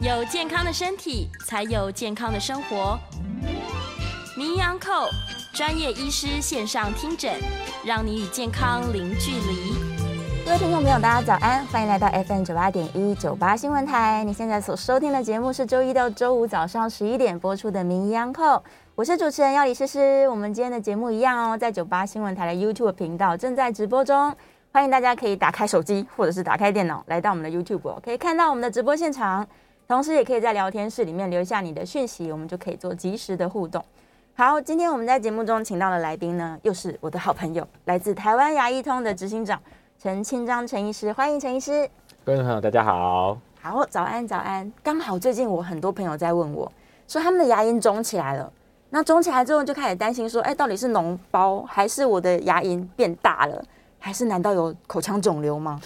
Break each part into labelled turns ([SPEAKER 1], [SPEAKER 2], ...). [SPEAKER 1] 有健康的身体，才有健康的生活。名医安扣专业医师线上听诊，让你与健康零距离。
[SPEAKER 2] 各位听众朋友，大家早安，欢迎来到 FM 九八点一九八新闻台。你现在所收听的节目是周一到周五早上十一点播出的《名医央叩》，我是主持人要李诗诗。我们今天的节目一样哦，在九八新闻台的 YouTube 频道正在直播中，欢迎大家可以打开手机或者是打开电脑来到我们的 YouTube，哦、可以看到我们的直播现场，同时也可以在聊天室里面留下你的讯息，我们就可以做及时的互动。好，今天我们在节目中请到的来宾呢，又是我的好朋友，来自台湾牙医通的执行长陈清章陈医师，欢迎陈医师。
[SPEAKER 3] 各位朋友，大家好。
[SPEAKER 2] 好，早安，早安。刚好最近我很多朋友在问我，说他们的牙龈肿起来了，那肿起来之后就开始担心说，哎，到底是脓包还是我的牙龈变大了，还是难道有口腔肿瘤 吗？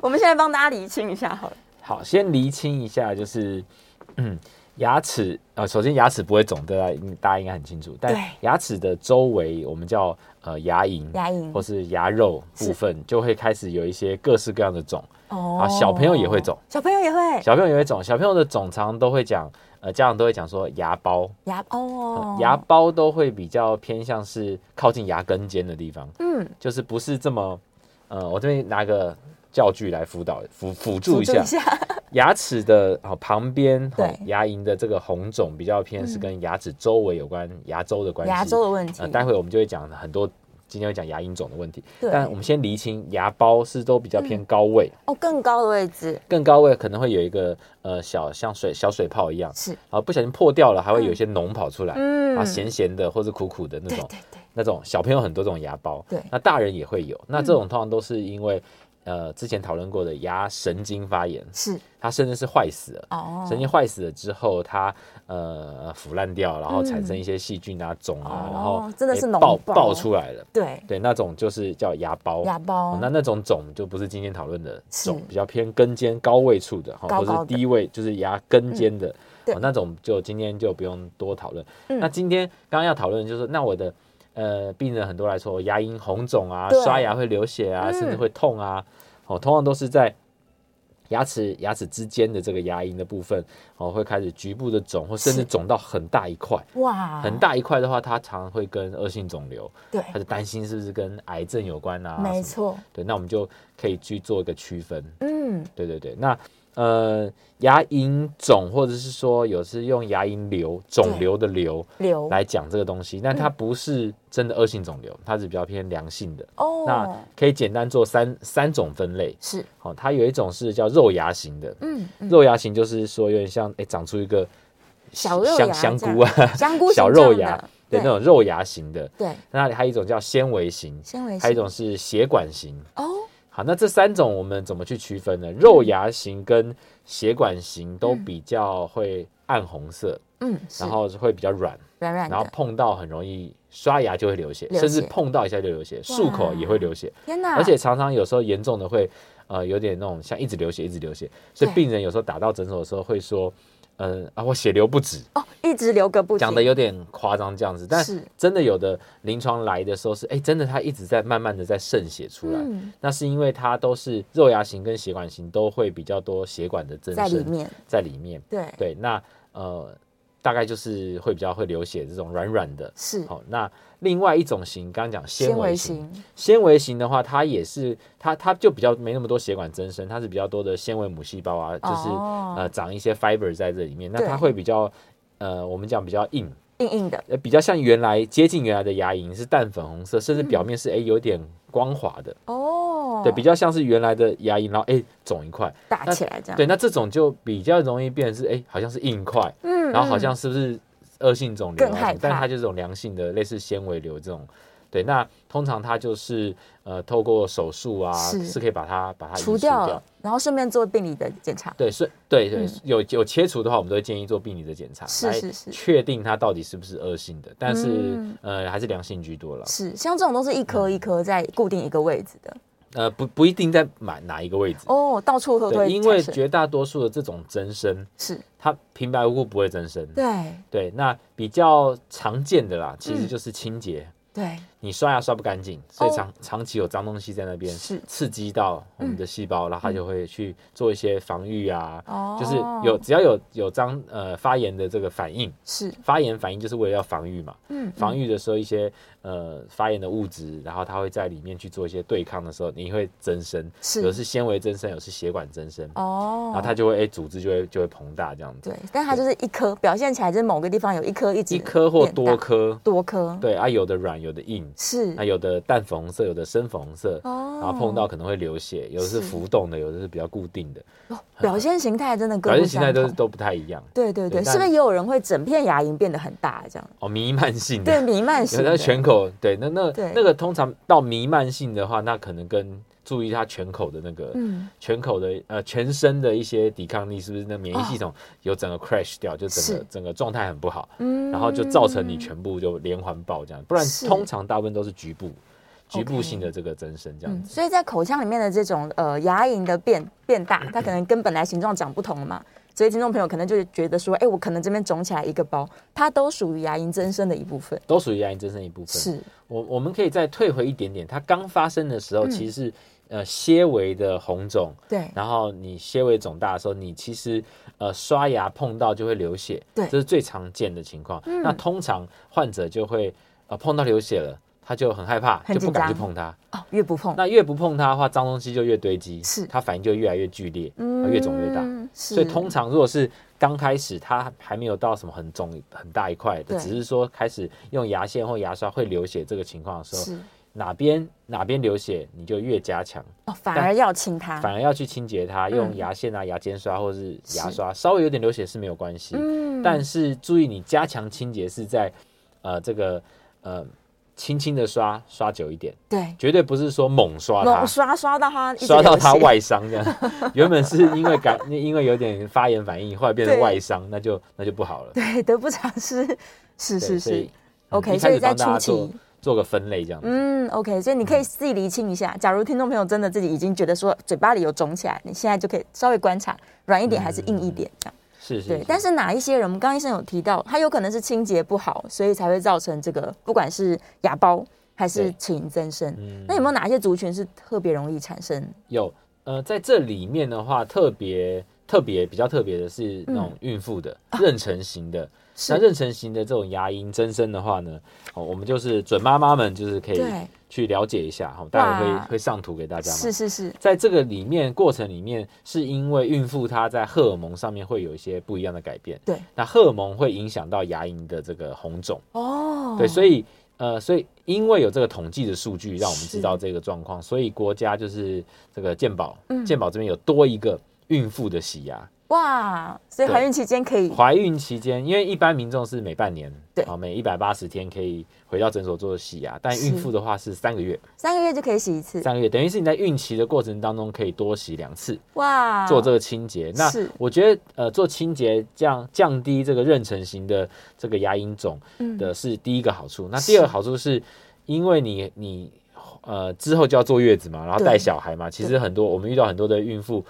[SPEAKER 2] 我们现在帮大家厘清一下好了。
[SPEAKER 3] 好，先厘清一下，就是，嗯，牙齿呃，首先牙齿不会肿，对吧？嗯大家应该很清楚。但
[SPEAKER 2] 对
[SPEAKER 3] 牙齿的周围，我们叫呃牙龈，
[SPEAKER 2] 牙龈
[SPEAKER 3] 或是牙肉部分，就会开始有一些各式各样的肿。
[SPEAKER 2] 哦
[SPEAKER 3] 啊小朋友也会肿，
[SPEAKER 2] 小朋友也会
[SPEAKER 3] 小朋友也会肿，小朋友的肿常都会讲，呃，家长都会讲说牙包，呃
[SPEAKER 2] 牙哦，
[SPEAKER 3] 牙包都会比较偏向是靠近牙根尖的地方，
[SPEAKER 2] 嗯，
[SPEAKER 3] 就是不是这么，呃，我这边拿个教具来辅导辅辅助
[SPEAKER 2] 辅
[SPEAKER 3] 一
[SPEAKER 2] 助
[SPEAKER 3] 下
[SPEAKER 2] 一。下，
[SPEAKER 3] 牙齿的啊、旁边，
[SPEAKER 2] 对嗯
[SPEAKER 3] 哦牙龈的这个红肿比较偏是跟牙齿周围有关，牙周的关系。
[SPEAKER 2] 牙周的问题
[SPEAKER 3] 呃，。待会我们就会讲很多，今天会讲牙龈肿的问题。
[SPEAKER 2] 对
[SPEAKER 3] 但我们先厘清，牙包是都比较偏高位，
[SPEAKER 2] 哦，更高的位置
[SPEAKER 3] 更高位可能会有一个呃小像水小水泡一样，
[SPEAKER 2] 是，
[SPEAKER 3] 啊不小心破掉了，还会有一些脓跑出来，
[SPEAKER 2] 嗯
[SPEAKER 3] 啊咸咸的或是苦苦的那
[SPEAKER 2] 对
[SPEAKER 3] 种。
[SPEAKER 2] 对对，
[SPEAKER 3] 那种小朋友很多这种牙包，
[SPEAKER 2] 对嗯
[SPEAKER 3] 那大人也会有。那这种通常都是因为，呃，之前讨论过的牙神经发炎，
[SPEAKER 2] 是
[SPEAKER 3] 它甚至是坏死了。
[SPEAKER 2] 哦，
[SPEAKER 3] 神经坏死了之后，它呃腐烂掉，然后产生一些细菌啊、肿
[SPEAKER 2] 哦，
[SPEAKER 3] 啊然后
[SPEAKER 2] 真的是
[SPEAKER 3] 诶
[SPEAKER 2] 脓
[SPEAKER 3] 爆
[SPEAKER 2] 包
[SPEAKER 3] 爆出来了。
[SPEAKER 2] 对
[SPEAKER 3] 对，那种就是叫牙包。
[SPEAKER 2] 牙包
[SPEAKER 3] 哦那那种肿就不是今天讨论的
[SPEAKER 2] 是
[SPEAKER 3] 肿，比较偏根尖高位处的哈，
[SPEAKER 2] 高
[SPEAKER 3] 或
[SPEAKER 2] 高的嗯
[SPEAKER 3] 是低位，就是牙根尖的。
[SPEAKER 2] 对
[SPEAKER 3] 哦那种就今天就不用多讨论。
[SPEAKER 2] 嗯
[SPEAKER 3] 那今天刚刚要讨论的就是，那我的呃病人很多来说牙龈红肿啊
[SPEAKER 2] 对，
[SPEAKER 3] 刷牙会流血啊，
[SPEAKER 2] 嗯
[SPEAKER 3] 甚至会痛啊，哦，通常都是在牙齿牙齿之间的这个牙龈的部分，哦，会开始局部的肿，或甚
[SPEAKER 2] 是啊
[SPEAKER 3] 至肿到很大一块。
[SPEAKER 2] 哇，
[SPEAKER 3] 很大一块的话，它常常会跟恶性肿瘤，
[SPEAKER 2] 对，
[SPEAKER 3] 他就担心是不是跟癌症有关啊？
[SPEAKER 2] 哎没
[SPEAKER 3] 什么，
[SPEAKER 2] 错，
[SPEAKER 3] 对，那我们就可以去做一个区分。
[SPEAKER 2] 嗯，
[SPEAKER 3] 对对对，那呃，牙龈肿或者是说有是用牙龈瘤、肿瘤的瘤
[SPEAKER 2] 瘤
[SPEAKER 3] 来讲这个东西，那它
[SPEAKER 2] 嗯
[SPEAKER 3] 不是真的恶性肿瘤，它是比较偏良性的。
[SPEAKER 2] 哦，
[SPEAKER 3] 那可以简单做三三种分类。
[SPEAKER 2] 是
[SPEAKER 3] 好、它有一种是叫肉芽型的，
[SPEAKER 2] 嗯嗯
[SPEAKER 3] 肉芽型就是说有点像哎长出一个
[SPEAKER 2] 小肉
[SPEAKER 3] 香
[SPEAKER 2] 芽
[SPEAKER 3] 香
[SPEAKER 2] 这样
[SPEAKER 3] 菇啊，
[SPEAKER 2] 香 菇
[SPEAKER 3] 小
[SPEAKER 2] 形状
[SPEAKER 3] 肉
[SPEAKER 2] 的
[SPEAKER 3] 芽，
[SPEAKER 2] 对
[SPEAKER 3] 对那种肉芽型的。
[SPEAKER 2] 对
[SPEAKER 3] 那还有一种叫纤维型，
[SPEAKER 2] 纤维
[SPEAKER 3] 还有一
[SPEAKER 2] 型
[SPEAKER 3] 种是血管型。
[SPEAKER 2] 哦
[SPEAKER 3] 好，那这三种我们怎么去区分呢？肉
[SPEAKER 2] 嗯
[SPEAKER 3] 芽型跟血管型都比较会暗红色，
[SPEAKER 2] 嗯，是
[SPEAKER 3] 然后会比较软，
[SPEAKER 2] 软软
[SPEAKER 3] 然后
[SPEAKER 2] 的，
[SPEAKER 3] 碰到很容易刷牙就会流血，
[SPEAKER 2] 流血
[SPEAKER 3] 甚至碰到一下就流血，漱口也会流血，
[SPEAKER 2] 天哪，
[SPEAKER 3] 而且常常有时候严重的会呃有点那种像一直流血一直流血，所以
[SPEAKER 2] 对
[SPEAKER 3] 病人有时候打到诊所的时候会说，嗯、啊我血流不止，
[SPEAKER 2] 哦一直流个不停，
[SPEAKER 3] 讲的有点夸张这样子，但
[SPEAKER 2] 是
[SPEAKER 3] 真的有的临床来的时候是，哎、真的他一直在慢慢的在渗血出来，
[SPEAKER 2] 嗯
[SPEAKER 3] 那是因为它都是肉芽型跟血管型都会比较多血管的增
[SPEAKER 2] 在里
[SPEAKER 3] 生
[SPEAKER 2] 面，
[SPEAKER 3] 在里面，
[SPEAKER 2] 对
[SPEAKER 3] 对，那呃大概就是会比较会流血这种软软的。
[SPEAKER 2] 是
[SPEAKER 3] 好，那另外一种型，刚刚讲纤
[SPEAKER 2] 纤
[SPEAKER 3] 维
[SPEAKER 2] 维
[SPEAKER 3] 型，
[SPEAKER 2] 型，
[SPEAKER 3] 纤维型的话，它也是它它就比较没那么多血管增生，它是比较多的纤维母细胞啊，就是、
[SPEAKER 2] 哦
[SPEAKER 3] 呃长一些 fiber 在这里面，那
[SPEAKER 2] 对
[SPEAKER 3] 它会比较呃我们讲比较硬，
[SPEAKER 2] 硬硬的，
[SPEAKER 3] 呃，比较像原来接近原来的牙龈是淡粉红色，甚至
[SPEAKER 2] 嗯
[SPEAKER 3] 表面是哎、诶有点光滑的，
[SPEAKER 2] 哦，
[SPEAKER 3] 对，比较像是原来的牙龈，然后哎肿、一块，
[SPEAKER 2] 打
[SPEAKER 3] 那
[SPEAKER 2] 起来这样，
[SPEAKER 3] 对，那这种就比较容易变成是哎、诶好像是硬块，
[SPEAKER 2] 嗯，嗯，
[SPEAKER 3] 然后好像是不是恶性肿瘤啊
[SPEAKER 2] 更
[SPEAKER 3] 什
[SPEAKER 2] 害
[SPEAKER 3] 么，但
[SPEAKER 2] 怕
[SPEAKER 3] 它就是这种良性的类似纤维瘤这种。对，那通常它就是呃，透过手术啊，
[SPEAKER 2] 是
[SPEAKER 3] 是可以把它把它移
[SPEAKER 2] 除
[SPEAKER 3] 除
[SPEAKER 2] 掉了，然后顺便做病理的检查，
[SPEAKER 3] 对，是，对对，
[SPEAKER 2] 嗯
[SPEAKER 3] 有有切除的话，我们都会建议做病理的检查，
[SPEAKER 2] 是是是
[SPEAKER 3] 来确定它到底是不是恶性的，但是、
[SPEAKER 2] 嗯
[SPEAKER 3] 呃还是良性居多了。
[SPEAKER 2] 是像这种都是一
[SPEAKER 3] 嗯
[SPEAKER 2] 颗一颗在固定一个位置的，
[SPEAKER 3] 呃，不不一定在买哪一个位置，
[SPEAKER 2] 哦，到处都
[SPEAKER 3] 对，
[SPEAKER 2] 会
[SPEAKER 3] 因为
[SPEAKER 2] 产生
[SPEAKER 3] 绝大多数的这种增生，
[SPEAKER 2] 是
[SPEAKER 3] 它平白无故不会增生。
[SPEAKER 2] 对
[SPEAKER 3] 对，那比较常见的啦，其实就是清洁。
[SPEAKER 2] 对
[SPEAKER 3] 你刷牙刷不干净，所以
[SPEAKER 2] 嗯哦
[SPEAKER 3] 长长期有脏东西在那边
[SPEAKER 2] 是嗯
[SPEAKER 3] 刺激到我们的细胞，然后它就会去做一些防御啊，
[SPEAKER 2] 哦
[SPEAKER 3] 就是有只要有有脏呃发炎的这个反应，
[SPEAKER 2] 是，
[SPEAKER 3] 发炎反应就是为了要防御嘛，
[SPEAKER 2] 嗯，
[SPEAKER 3] 防御的时候一些呃发炎的物质，然后它会在里面去做一些对抗的时候，你会增生，
[SPEAKER 2] 嗯是
[SPEAKER 3] 有的是纤维增生，有的是血管增生，
[SPEAKER 2] 哦，
[SPEAKER 3] 然后它就会哎组织就会就会膨大这样子，
[SPEAKER 2] 对，但它就是一颗，表现起来就是某个地方有一颗一直
[SPEAKER 3] 一颗或
[SPEAKER 2] 变大
[SPEAKER 3] 多颗，
[SPEAKER 2] 多颗，
[SPEAKER 3] 对啊，有的软有的硬，
[SPEAKER 2] 是
[SPEAKER 3] 那有的淡粉红色，有的深粉红色，
[SPEAKER 2] 哦
[SPEAKER 3] 然后碰到可能会流血，有的是
[SPEAKER 2] 是
[SPEAKER 3] 浮动的，有的是比较固定的，
[SPEAKER 2] 哦表现形态 真的各不
[SPEAKER 3] 表现形态
[SPEAKER 2] 相
[SPEAKER 3] 都
[SPEAKER 2] 同。
[SPEAKER 3] 都不太一样
[SPEAKER 2] 对对对，
[SPEAKER 3] 对但
[SPEAKER 2] 是不是也有人会整片牙龈变得很大这样？
[SPEAKER 3] 哦，弥漫性的
[SPEAKER 2] 对，，弥漫型
[SPEAKER 3] 有
[SPEAKER 2] 的
[SPEAKER 3] 的全口对，那那
[SPEAKER 2] 对
[SPEAKER 3] 那个通常到弥漫性的话，那可能跟注意它全口的那个，
[SPEAKER 2] 嗯
[SPEAKER 3] 全口的呃全身的一些抵抗力是不是那免疫系统有整个 crash 掉，就整
[SPEAKER 2] 哦是
[SPEAKER 3] 个整个状态很不好，
[SPEAKER 2] 嗯
[SPEAKER 3] 然后就造成你全部就连环爆这样，不然
[SPEAKER 2] 是
[SPEAKER 3] 通常大部分都是局部局部
[SPEAKER 2] OK
[SPEAKER 3] 性的这个增生这样
[SPEAKER 2] 嗯，
[SPEAKER 3] 子。
[SPEAKER 2] 所以在口腔里面的这种呃牙龈的变变大，它可能跟本来形状长不同了嘛，所以听众朋友可能就觉得说，哎、我可能这边肿起来一个包，它都属于牙龈增生的一部分。
[SPEAKER 3] 都属于牙龈增生一部分。
[SPEAKER 2] 是
[SPEAKER 3] 我我们可以再退回一点点，它刚发生的时候
[SPEAKER 2] 嗯
[SPEAKER 3] 其实是、呃些微的红肿，
[SPEAKER 2] 对，
[SPEAKER 3] 然后你纤维肿大的时候，你其实呃刷牙碰到就会流血，
[SPEAKER 2] 对嗯
[SPEAKER 3] 这是最常见的情况。那通常患者就会呃碰到流血了，他就很害怕，
[SPEAKER 2] 很
[SPEAKER 3] 就
[SPEAKER 2] 紧
[SPEAKER 3] 不敢去
[SPEAKER 2] 张
[SPEAKER 3] 碰它。
[SPEAKER 2] 哦，越不碰，
[SPEAKER 3] 那越不碰它的话，脏东西就越堆积，
[SPEAKER 2] 是
[SPEAKER 3] 它反应就越来越剧烈，呃越肿越大。
[SPEAKER 2] 嗯，
[SPEAKER 3] 所
[SPEAKER 2] 所
[SPEAKER 3] 以通常如果是刚开始，它还没有到什么很肿很大一块
[SPEAKER 2] 对
[SPEAKER 3] 的，只是说开始用牙线或牙刷会流血这个情况的时候，
[SPEAKER 2] 是
[SPEAKER 3] 哪边哪边流血，你就越加强。
[SPEAKER 2] 哦，反
[SPEAKER 3] 但
[SPEAKER 2] 而要亲它，
[SPEAKER 3] 反而要去清洁它，用
[SPEAKER 2] 啊嗯
[SPEAKER 3] 牙线啊、牙尖刷或是牙
[SPEAKER 2] 是
[SPEAKER 3] 刷，稍微有点流血是没有关系。
[SPEAKER 2] 嗯
[SPEAKER 3] 但是注意你加强清洁是在呃这个呃轻轻的刷刷久一点，
[SPEAKER 2] 对，
[SPEAKER 3] 绝对不是说猛刷它
[SPEAKER 2] 猛。刷刷到它一直
[SPEAKER 3] 刷到它
[SPEAKER 2] 流血
[SPEAKER 3] 外伤这样， 原本是因为感因为有点发炎反应，后来变成
[SPEAKER 2] 对
[SPEAKER 3] 外伤，那就那就不好了。
[SPEAKER 2] 对，得不偿失。是
[SPEAKER 3] 对
[SPEAKER 2] 是
[SPEAKER 3] 所以嗯
[SPEAKER 2] 是，OK，
[SPEAKER 3] 一
[SPEAKER 2] 所
[SPEAKER 3] 开
[SPEAKER 2] 以
[SPEAKER 3] 始
[SPEAKER 2] 在
[SPEAKER 3] 帮大
[SPEAKER 2] 初
[SPEAKER 3] 家
[SPEAKER 2] 期
[SPEAKER 3] 做做个分类这样子。
[SPEAKER 2] 嗯，OK，所以你可以自己厘清一下。假如听众朋友真的自己已经觉得说嘴巴里有肿起来，你现在就可以稍微观察软一点还是硬一点这样。
[SPEAKER 3] 是是
[SPEAKER 2] 对，但是哪一些人，我们刚刚医生有提到，他有可能是清洁不好，所以才会造成这个不管是牙包还是
[SPEAKER 3] 对
[SPEAKER 2] 齿龈增生。
[SPEAKER 3] 嗯
[SPEAKER 2] 那有没有哪一些族群是特别容易产生？
[SPEAKER 3] 有，呃，在这里面的话，特别特别比较特别的是那种孕妇的、
[SPEAKER 2] 嗯啊
[SPEAKER 3] 妊娠型的。那妊娠型的这种牙龈增生的话呢，哦，我们就是准妈妈们就是可以
[SPEAKER 2] 对
[SPEAKER 3] 去了解一下哈，待会
[SPEAKER 2] 哇
[SPEAKER 3] 会会上图给大家嘛。
[SPEAKER 2] 是是是，
[SPEAKER 3] 在这个里面过程里面，是因为孕妇她在荷尔蒙上面会有一些不一样的改变，
[SPEAKER 2] 对，
[SPEAKER 3] 那荷尔蒙会影响到牙龈的这个红肿。
[SPEAKER 2] 哦，
[SPEAKER 3] 对，所
[SPEAKER 2] 以
[SPEAKER 3] 以呃，所以因为有这个统计的数据，让我们
[SPEAKER 2] 是
[SPEAKER 3] 知道这个状况，所以国家就是这个健保，
[SPEAKER 2] 嗯
[SPEAKER 3] 健保这边有多一个孕妇的洗牙。
[SPEAKER 2] 哇，所以
[SPEAKER 3] 对
[SPEAKER 2] 怀孕期间可以
[SPEAKER 3] 怀孕期间，因为一般民众是每半年，
[SPEAKER 2] 对
[SPEAKER 3] 啊，每一百八十天可以回到诊所做洗牙，但
[SPEAKER 2] 是
[SPEAKER 3] 孕妇的话是三个月，
[SPEAKER 2] 三个月就可以洗一次，
[SPEAKER 3] 三个月等于是你在孕期的过程当中可以多洗两次，
[SPEAKER 2] 哇，
[SPEAKER 3] 做这个清洁。那
[SPEAKER 2] 啊是
[SPEAKER 3] 我觉得呃，做清洁降降低这个妊娠型的这个牙龈肿
[SPEAKER 2] 嗯
[SPEAKER 3] 的是第一个好处。那第二个好处是，因为你你呃之后就要坐月子嘛，然后
[SPEAKER 2] 对
[SPEAKER 3] 带小孩嘛，其实很多我们遇到很多的孕妇。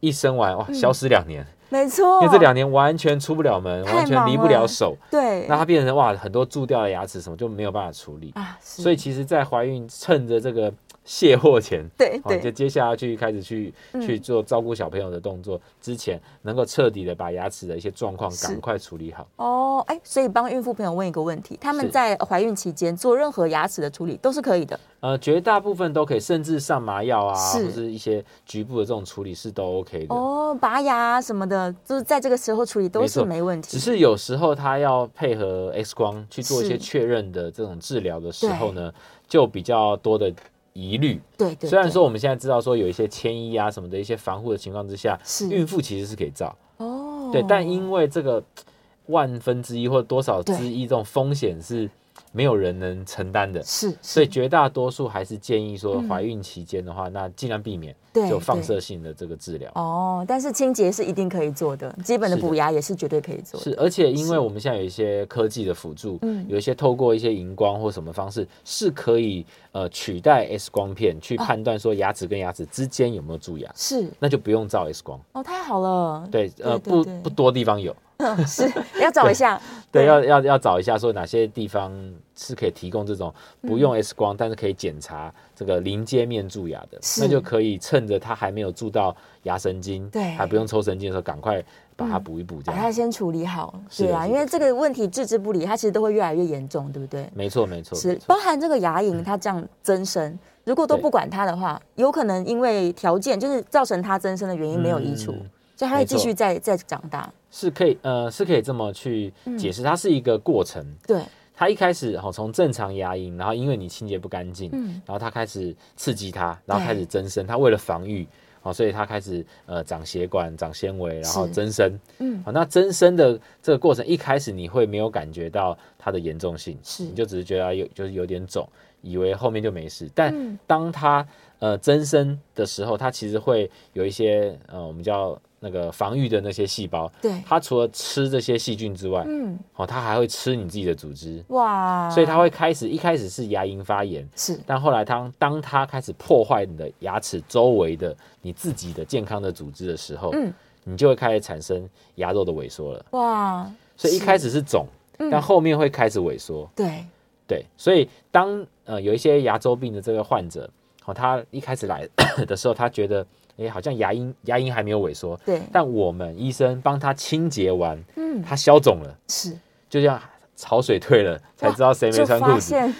[SPEAKER 3] 一生完
[SPEAKER 2] 嗯
[SPEAKER 3] 哇，消失两年，
[SPEAKER 2] 没错，
[SPEAKER 3] 因为这两年完全出不了门，
[SPEAKER 2] 太
[SPEAKER 3] 完全
[SPEAKER 2] 忙
[SPEAKER 3] 离不了
[SPEAKER 2] 了
[SPEAKER 3] 手，
[SPEAKER 2] 对
[SPEAKER 3] 那它变成哇，很多蛀掉的牙齿什么就没有办法处理。
[SPEAKER 2] 啊，所
[SPEAKER 3] 所以其实，在怀孕趁着这个卸货前，
[SPEAKER 2] 对嗯
[SPEAKER 3] 哦，就
[SPEAKER 2] 对
[SPEAKER 3] 接下来去开始去去做照顾小朋友的动作之前，能够彻底的把牙齿的一些状况
[SPEAKER 2] 是
[SPEAKER 3] 赶快处理好。
[SPEAKER 2] 哦，哎，所以帮孕妇朋友问一个问题，他们
[SPEAKER 3] 是
[SPEAKER 2] 在怀孕期间做任何牙齿的处理都是可以的，
[SPEAKER 3] 呃，绝大部分都可以，甚至上麻药啊，
[SPEAKER 2] 是
[SPEAKER 3] 或是一些局部的这种处理是都 OK 的。
[SPEAKER 2] 哦，拔牙什么的，就是在这个时候处理都
[SPEAKER 3] 没
[SPEAKER 2] 是
[SPEAKER 3] 错
[SPEAKER 2] 没问题，
[SPEAKER 3] 只是有时候他要配合 X 光去做一
[SPEAKER 2] 是
[SPEAKER 3] 些确认的这种治疗的时候呢，就比较多的疑虑。
[SPEAKER 2] 对对，
[SPEAKER 3] 虽然
[SPEAKER 2] 对
[SPEAKER 3] 说我们现在知道说有一些迁移啊什么的一些防护的情况之下，
[SPEAKER 2] 是
[SPEAKER 3] 孕妇其实是可以照，
[SPEAKER 2] 哦，
[SPEAKER 3] 对，但因为这个万分之一或多少之一这种风险是没有人能承担的，
[SPEAKER 2] 是
[SPEAKER 3] 所
[SPEAKER 2] 是
[SPEAKER 3] 以绝大多数还是建议说怀孕期间的话，那尽量避免
[SPEAKER 2] 对
[SPEAKER 3] 就放
[SPEAKER 2] 对
[SPEAKER 3] 射性的这个治疗。
[SPEAKER 2] 哦，但是清洁是一定可以做的，基本的
[SPEAKER 3] 是的
[SPEAKER 2] 补牙也是绝对可以做的，
[SPEAKER 3] 是，而且因为我们现在有一些科技的辅助，
[SPEAKER 2] 嗯
[SPEAKER 3] 有一些透过一些荧光或什么方式，是可以呃取代 X 光片去
[SPEAKER 2] 哦
[SPEAKER 3] 判断说牙齿跟牙齿之间有没有蛀牙，
[SPEAKER 2] 是
[SPEAKER 3] 那就不用照 X 光。
[SPEAKER 2] 哦，太好了，
[SPEAKER 3] 对，
[SPEAKER 2] 对
[SPEAKER 3] 呃，
[SPEAKER 2] 对对
[SPEAKER 3] 不不多地方有，
[SPEAKER 2] 嗯 是要找一下，
[SPEAKER 3] 对，要要要找一下，说哪些地方是可以提供这种
[SPEAKER 2] 嗯
[SPEAKER 3] 不用 X 光，但是可以检查这个临界面蛀牙的，
[SPEAKER 2] 是
[SPEAKER 3] 那就可以趁着它还没有蛀到牙神经，
[SPEAKER 2] 对嗯
[SPEAKER 3] 还不用抽神经的时候，赶快把它补一补，这
[SPEAKER 2] 把
[SPEAKER 3] 样。
[SPEAKER 2] 它先处理好。
[SPEAKER 3] 是的
[SPEAKER 2] 对啊，
[SPEAKER 3] 是
[SPEAKER 2] 因
[SPEAKER 3] 的
[SPEAKER 2] 为这个问题置之不理，它其实都会越来越严重，对不对？
[SPEAKER 3] 没错，没错，
[SPEAKER 2] 是
[SPEAKER 3] 没，错
[SPEAKER 2] 包含这个牙龈它这样增生，如果都
[SPEAKER 3] 对
[SPEAKER 2] 不管它的话，有可能因为条件就是造成它增生的原因没有移除，
[SPEAKER 3] 嗯
[SPEAKER 2] 所以它会
[SPEAKER 3] 没错
[SPEAKER 2] 继续再再长大。
[SPEAKER 3] 是可以，呃，是可以这么去
[SPEAKER 2] 嗯
[SPEAKER 3] 解释，它是一个过程。
[SPEAKER 2] 对，
[SPEAKER 3] 它一开始哦，从正常牙龈，然后因为你清洁不干净，
[SPEAKER 2] 嗯
[SPEAKER 3] 然后它开始刺激它，然后
[SPEAKER 2] 对
[SPEAKER 3] 开始增生。它为了防御哦，所以它开始呃长血管、长纤维，然后
[SPEAKER 2] 是
[SPEAKER 3] 增生。
[SPEAKER 2] 嗯，
[SPEAKER 3] 好，那增生的这个过程一开始你会没有感觉到它的严重性，
[SPEAKER 2] 是
[SPEAKER 3] 你就只是觉得它有就是有点肿，以为后面就没事。但
[SPEAKER 2] 嗯
[SPEAKER 3] 当它呃增生的时候，它其实会有一些呃我们叫那个防御的那些细胞，
[SPEAKER 2] 对，
[SPEAKER 3] 它除了吃这些细菌之外，
[SPEAKER 2] 嗯，
[SPEAKER 3] 哦，它还会吃你自己的组织，
[SPEAKER 2] 哇，
[SPEAKER 3] 所以它会开始一开始是牙龈发炎。
[SPEAKER 2] 是
[SPEAKER 3] 但后来当当它开始破坏你的牙齿周围的你自己的健康的组织的时候，
[SPEAKER 2] 嗯
[SPEAKER 3] 你就会开始产生牙肉的萎缩了。
[SPEAKER 2] 哇，
[SPEAKER 3] 所以一
[SPEAKER 2] 是嗯
[SPEAKER 3] 开始是肿，但后面会开始萎缩。
[SPEAKER 2] 对，
[SPEAKER 3] 对，所以当呃有一些牙周病的这个患者，哦，他一开始来 的时候，他觉得，诶，好像牙龈牙龈还没有萎缩，
[SPEAKER 2] 对
[SPEAKER 3] 但我们医生帮他清洁完，
[SPEAKER 2] 嗯，
[SPEAKER 3] 他消肿了，
[SPEAKER 2] 是
[SPEAKER 3] 就像潮水退了，才知道谁没
[SPEAKER 2] 就
[SPEAKER 3] 穿
[SPEAKER 2] 发
[SPEAKER 3] 裤子。
[SPEAKER 2] 现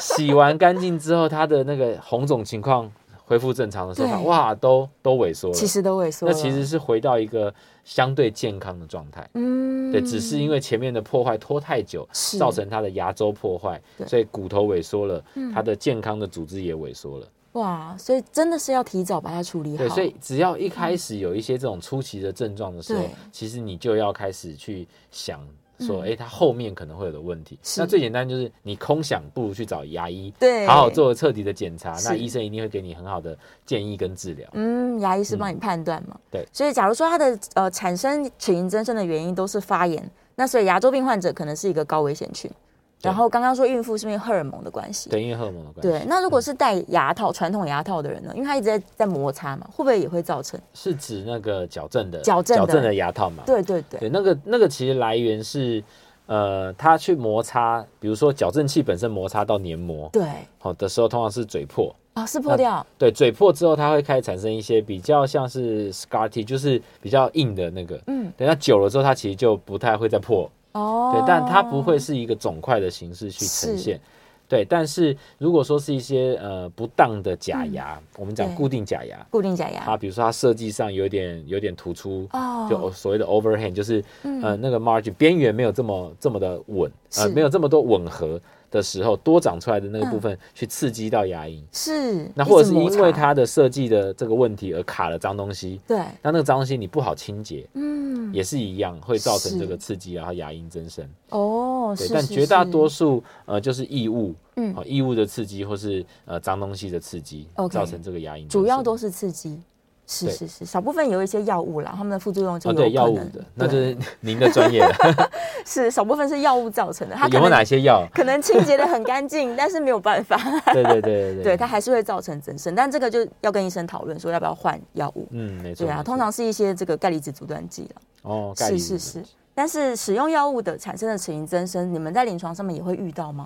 [SPEAKER 3] 洗完干净之后，他的那个红肿情况恢复正常的时候，
[SPEAKER 2] 对
[SPEAKER 3] 他哇，都都萎缩了。
[SPEAKER 2] 其实都萎缩
[SPEAKER 3] 那
[SPEAKER 2] 了，
[SPEAKER 3] 其实是回到一个相对健康的状态。
[SPEAKER 2] 嗯，
[SPEAKER 3] 对，只是因为前面的破坏拖太久，
[SPEAKER 2] 是
[SPEAKER 3] 造成它的牙周破坏
[SPEAKER 2] 对，嗯
[SPEAKER 3] 所以骨头萎缩了，它的健康的组织也萎缩了。
[SPEAKER 2] 哇，所以真的是要提早把它处理好，
[SPEAKER 3] 对，所以只要一开始有一些这种初期的症状的时候
[SPEAKER 2] 对，嗯
[SPEAKER 3] 其实你就要开始去想说，诶，它后面可能会有的问题。
[SPEAKER 2] 是
[SPEAKER 3] 那最简单就是你空想，不如去找牙医，
[SPEAKER 2] 对
[SPEAKER 3] 好好做个彻底的检查，那
[SPEAKER 2] 是
[SPEAKER 3] 医生一定会给你很好的建议跟治疗。
[SPEAKER 2] 嗯，牙医师帮你判断嘛。
[SPEAKER 3] 对
[SPEAKER 2] 所以假如说它的呃产生齿龈增生的原因都是发炎，那所以牙周病患者可能是一个高危险群。
[SPEAKER 3] 对
[SPEAKER 2] 然后刚刚说孕妇是因为荷尔蒙的关系。
[SPEAKER 3] 对，因为荷尔蒙的关系。
[SPEAKER 2] 对，那如果是戴牙套、传统牙套的人呢？因为他一直在在摩擦嘛，会不会也会造成？
[SPEAKER 3] 是指那个矫正的
[SPEAKER 2] 矫正的
[SPEAKER 3] 的牙套嘛？
[SPEAKER 2] 对对对，
[SPEAKER 3] 对，那个那个其实来源是，呃，它去摩擦，比如说矫正器本身摩擦到黏膜，
[SPEAKER 2] 对
[SPEAKER 3] 好、的时候，通常是嘴破。
[SPEAKER 2] 哦，是破掉，
[SPEAKER 3] 对，嘴破之后，它会开始产生一些比较像是 scar t 就是比较硬的那个。
[SPEAKER 2] 嗯，
[SPEAKER 3] 对，那久了之后，它其实就不太会再破。
[SPEAKER 2] 哦，
[SPEAKER 3] 对，但它不会是一个肿块的形式去呈现。对，但是如果说是一些呃不当的假牙，我们讲
[SPEAKER 2] 嗯对
[SPEAKER 3] 固定假牙，
[SPEAKER 2] 固定假牙
[SPEAKER 3] 它比如说它设计上有点有点突出，
[SPEAKER 2] 哦嗯
[SPEAKER 3] 就所谓的 overhang，就是、呃那个 margin 边缘没有这么这么的稳，呃
[SPEAKER 2] 是
[SPEAKER 3] 没有这么多吻合的时候，多长出来的那个部分去刺激到牙龈，
[SPEAKER 2] 是，
[SPEAKER 3] 那
[SPEAKER 2] 一
[SPEAKER 3] 或者
[SPEAKER 2] 直
[SPEAKER 3] 是
[SPEAKER 2] 摩
[SPEAKER 3] 因为
[SPEAKER 2] 擦
[SPEAKER 3] 它的设计的这个问题而卡了脏东西，
[SPEAKER 2] 对，
[SPEAKER 3] 那那个脏东西你不好清洁，
[SPEAKER 2] 嗯，
[SPEAKER 3] 也是一样会造成这
[SPEAKER 2] 是
[SPEAKER 3] 个刺激，然后牙龈增生。
[SPEAKER 2] 哦，
[SPEAKER 3] 对，
[SPEAKER 2] 是
[SPEAKER 3] 但
[SPEAKER 2] 是
[SPEAKER 3] 绝大
[SPEAKER 2] 是
[SPEAKER 3] 多数呃就是异物，
[SPEAKER 2] 嗯
[SPEAKER 3] 哦异物的刺激或是呃脏东西的刺激
[SPEAKER 2] OK
[SPEAKER 3] 造成这个牙龈增生，
[SPEAKER 2] 主要都是刺激，是
[SPEAKER 3] 对
[SPEAKER 2] 是是，少部分有一些药物啦，它们的副作用就
[SPEAKER 3] 哦
[SPEAKER 2] 有可能。
[SPEAKER 3] 对药物的，那就
[SPEAKER 2] 对
[SPEAKER 3] 是 您的专业了，
[SPEAKER 2] 是少部分是药物造成的，它可
[SPEAKER 3] 有没有哪
[SPEAKER 2] 能？
[SPEAKER 3] 些药
[SPEAKER 2] 可能清洁的很干净，但是没有办法，
[SPEAKER 3] 对 对对对
[SPEAKER 2] 对它还是会造成增生，但这个就要跟医生讨论说要不要换药物。
[SPEAKER 3] 嗯没错，
[SPEAKER 2] 对啊，
[SPEAKER 3] 没错
[SPEAKER 2] 通常是一些这个钙离子阻断剂啦
[SPEAKER 3] 哦钙
[SPEAKER 2] 是
[SPEAKER 3] 离
[SPEAKER 2] 是
[SPEAKER 3] 子
[SPEAKER 2] 是，但是使用药物的产生的齿龈增生，你们在临床上面也会遇到吗？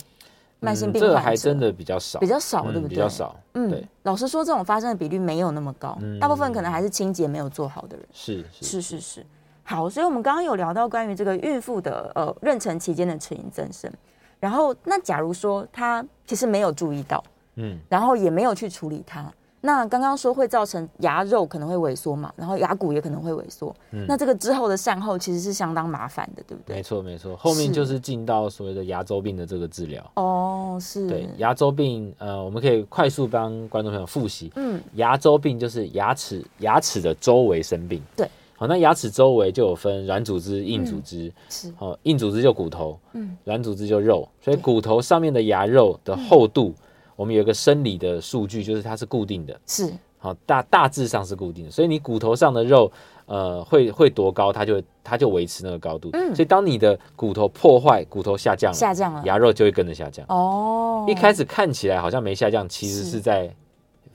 [SPEAKER 2] 慢性
[SPEAKER 3] 嗯
[SPEAKER 2] 病
[SPEAKER 3] 这个
[SPEAKER 2] 患
[SPEAKER 3] 还
[SPEAKER 2] 者
[SPEAKER 3] 真的比较少，
[SPEAKER 2] 比较少，
[SPEAKER 3] 嗯
[SPEAKER 2] 对不对？
[SPEAKER 3] 比较。少，
[SPEAKER 2] 嗯
[SPEAKER 3] 对，
[SPEAKER 2] 老实说，这种发生的比率没有那么高，
[SPEAKER 3] 嗯
[SPEAKER 2] 大部分可能还是清洁没有做好的人。
[SPEAKER 3] 是
[SPEAKER 2] 是是是，好，所以我们刚刚有聊到关于这个孕妇的呃妊娠期间的齿龈增生，然后那假如说她其实没有注意到，
[SPEAKER 3] 嗯
[SPEAKER 2] 然后也没有去处理它，那刚刚说会造成牙肉可能会萎缩嘛，然后牙骨也可能会萎缩，
[SPEAKER 3] 嗯
[SPEAKER 2] 那这个之后的善后其实是相当麻烦的，对不
[SPEAKER 3] 没
[SPEAKER 2] 对？
[SPEAKER 3] 错没错，后面
[SPEAKER 2] 是
[SPEAKER 3] 就是进到所谓的牙周病的这个治疗。
[SPEAKER 2] 哦，是，
[SPEAKER 3] 对牙周病，呃，我们可以快速帮观众朋友复习，
[SPEAKER 2] 嗯，
[SPEAKER 3] 牙周病就是牙齿牙齿的周围生病。
[SPEAKER 2] 对，
[SPEAKER 3] 好，那牙齿周围就有分软组织、硬组织。
[SPEAKER 2] 是
[SPEAKER 3] 好、硬组织就骨头，
[SPEAKER 2] 嗯，
[SPEAKER 3] 软组织就肉，所以
[SPEAKER 2] 对嗯
[SPEAKER 3] 骨头上面的牙肉的厚度，我们有一个生理的数据，就是它是固定的。
[SPEAKER 2] 是，
[SPEAKER 3] 好，大大致上是固定的，所以你骨头上的肉，呃，会会多高，它就它就维持那个高度。
[SPEAKER 2] 嗯
[SPEAKER 3] 所以当你的骨头破坏，骨头下降了，
[SPEAKER 2] 下降了
[SPEAKER 3] 牙肉就会跟着下降。
[SPEAKER 2] 哦，
[SPEAKER 3] 一开始看起来好像没下降，其实
[SPEAKER 2] 是
[SPEAKER 3] 是在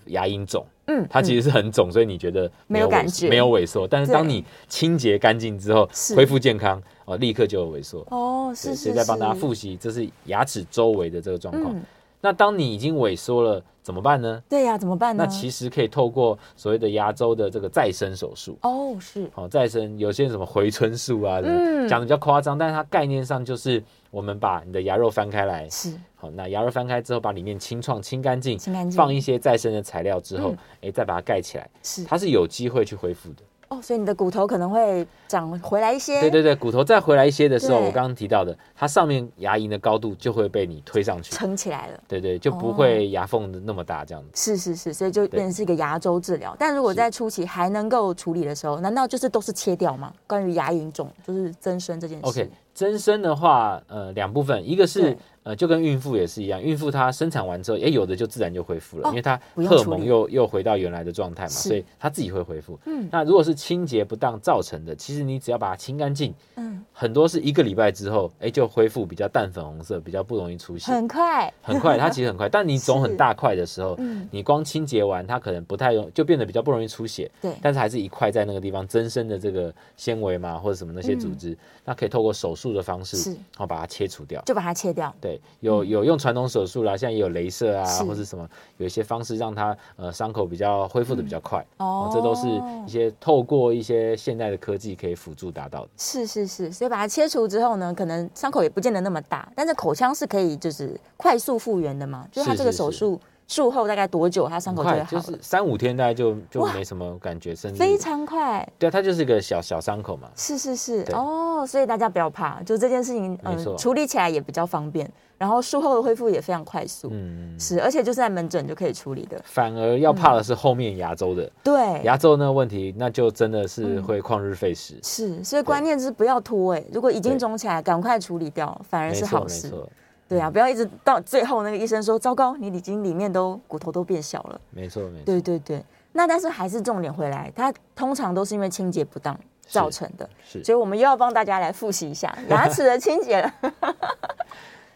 [SPEAKER 3] 牙龈肿，
[SPEAKER 2] 嗯，
[SPEAKER 3] 它其
[SPEAKER 2] 实
[SPEAKER 3] 实是很肿，所以你觉得
[SPEAKER 2] 没有
[SPEAKER 3] 萎
[SPEAKER 2] 感
[SPEAKER 3] 缩
[SPEAKER 2] 觉
[SPEAKER 3] 没有萎缩。但是
[SPEAKER 2] 对
[SPEAKER 3] 当你清洁干净之后
[SPEAKER 2] 是，
[SPEAKER 3] 恢复健康，哦，立刻就有萎缩。
[SPEAKER 2] 哦，
[SPEAKER 3] 对
[SPEAKER 2] 是
[SPEAKER 3] 所
[SPEAKER 2] 是
[SPEAKER 3] 以再帮大家
[SPEAKER 2] 是
[SPEAKER 3] 复习，这是牙齿周围的这个状况。
[SPEAKER 2] 嗯，
[SPEAKER 3] 那当你已经萎缩了，怎么办呢？
[SPEAKER 2] 对呀，怎么办呢？
[SPEAKER 3] 那其实可以透过所谓的牙周的这个再生手术，
[SPEAKER 2] 哦是
[SPEAKER 3] 哦，再生有些什么回春术啊，
[SPEAKER 2] 嗯
[SPEAKER 3] 讲的比较夸张，但是它概念上就是我们把你的牙肉翻开来，
[SPEAKER 2] 是
[SPEAKER 3] 好，那牙肉翻开之后，把里面清创清干净，
[SPEAKER 2] 清干净
[SPEAKER 3] 放一些再生的材料之后，
[SPEAKER 2] 嗯
[SPEAKER 3] 哎、再把它盖起来，
[SPEAKER 2] 是
[SPEAKER 3] 它是有机会去恢复的。
[SPEAKER 2] 哦，所以你的骨头可能会长回来一些，
[SPEAKER 3] 对对对，骨头再回来一些的时候，
[SPEAKER 2] 对
[SPEAKER 3] 我刚刚提到的，它上面牙龈的高度就会被你推上去，
[SPEAKER 2] 撑起来了。
[SPEAKER 3] 对对，就不
[SPEAKER 2] 哦
[SPEAKER 3] 会牙缝的那么大这样子。
[SPEAKER 2] 是是是，所以就变成是一个牙周治疗。但如果
[SPEAKER 3] 是
[SPEAKER 2] 在初期还能够处理的时候，难道就是都是切掉吗？关于牙龈肿就是增生这件事
[SPEAKER 3] OK，增生的话，呃，两部分，一个是
[SPEAKER 2] 对
[SPEAKER 3] 呃，就跟孕妇也是一样，孕妇她生产完之后，也有的就自然就恢复了，
[SPEAKER 2] 哦
[SPEAKER 3] 因为她
[SPEAKER 2] 不用
[SPEAKER 3] 荷尔
[SPEAKER 2] 处理
[SPEAKER 3] 蒙又又回到原来的状态嘛，
[SPEAKER 2] 是
[SPEAKER 3] 所以她自己会恢复。
[SPEAKER 2] 嗯
[SPEAKER 3] 那如果是清洁不当造成的，其实你只要把它清干净，
[SPEAKER 2] 嗯，
[SPEAKER 3] 很多是一个礼拜之后，哎、就恢复比较淡粉红色，比较不容易出血，
[SPEAKER 2] 很快
[SPEAKER 3] 很快，它其实很快。但你肿很大块的时候，
[SPEAKER 2] 嗯
[SPEAKER 3] 你光清洁完，它可能不太容，就变得比较不容易出血。
[SPEAKER 2] 对
[SPEAKER 3] 但是还是一块在那个地方增生的这个纤维嘛，或者什么那些组织，那可以透过手术的方
[SPEAKER 2] 嗯
[SPEAKER 3] 式，
[SPEAKER 2] 是
[SPEAKER 3] 然后把它切除掉。
[SPEAKER 2] 就把它切掉。
[SPEAKER 3] 对，有有用传统手术啦，现在也有镭射啊，
[SPEAKER 2] 是
[SPEAKER 3] 或者什么，有一些方式让它呃伤口比较恢复的比较快。
[SPEAKER 2] 哦
[SPEAKER 3] 这都是一些透过一些现代的科技可以辅助达到的。
[SPEAKER 2] 是是是，所以把它切除之后呢，可能伤口也不见得那么大，但是口腔是可以就是快速复原的嘛，就是它
[SPEAKER 3] 是
[SPEAKER 2] 这个
[SPEAKER 3] 是
[SPEAKER 2] 手
[SPEAKER 3] 是
[SPEAKER 2] 术术后大概多久，它伤
[SPEAKER 3] 很
[SPEAKER 2] 口就会
[SPEAKER 3] 快，
[SPEAKER 2] 好
[SPEAKER 3] 就
[SPEAKER 2] 了？
[SPEAKER 3] 是三五天大概就就
[SPEAKER 2] 哇
[SPEAKER 3] 没什么感觉，甚至
[SPEAKER 2] 非常快，
[SPEAKER 3] 对啊，它就是一个小小伤口嘛。
[SPEAKER 2] 是是是，
[SPEAKER 3] 对
[SPEAKER 2] 哦，所以大家不要怕，就这件事情，呃
[SPEAKER 3] 没错
[SPEAKER 2] 处理起来也比较方便，然后术后的恢复也非常快速，
[SPEAKER 3] 嗯，
[SPEAKER 2] 是，而且就是在门诊就可以处理的，
[SPEAKER 3] 反而要怕的是后面牙周
[SPEAKER 2] 嗯
[SPEAKER 3] 的、
[SPEAKER 2] 对，
[SPEAKER 3] 牙周呢问题，那就真的是
[SPEAKER 2] 嗯
[SPEAKER 3] 会旷日费时。
[SPEAKER 2] 是，所以观念是不要拖、哎，如果已经
[SPEAKER 3] 对
[SPEAKER 2] 肿起来，赶快处理掉，反而
[SPEAKER 3] 没
[SPEAKER 2] 是
[SPEAKER 3] 错，
[SPEAKER 2] 好
[SPEAKER 3] 没
[SPEAKER 2] 事，
[SPEAKER 3] 错，嗯
[SPEAKER 2] 对啊，不要一直到最后那个医生说，糟糕，你已经里面都骨头都变小了，
[SPEAKER 3] 没错，没错。
[SPEAKER 2] 对对对，那但是还是重点回来，它通常都是因为清洁不当造成的，
[SPEAKER 3] 是
[SPEAKER 2] 所以我们又要帮大家来复习一 下牙齿的清洁了。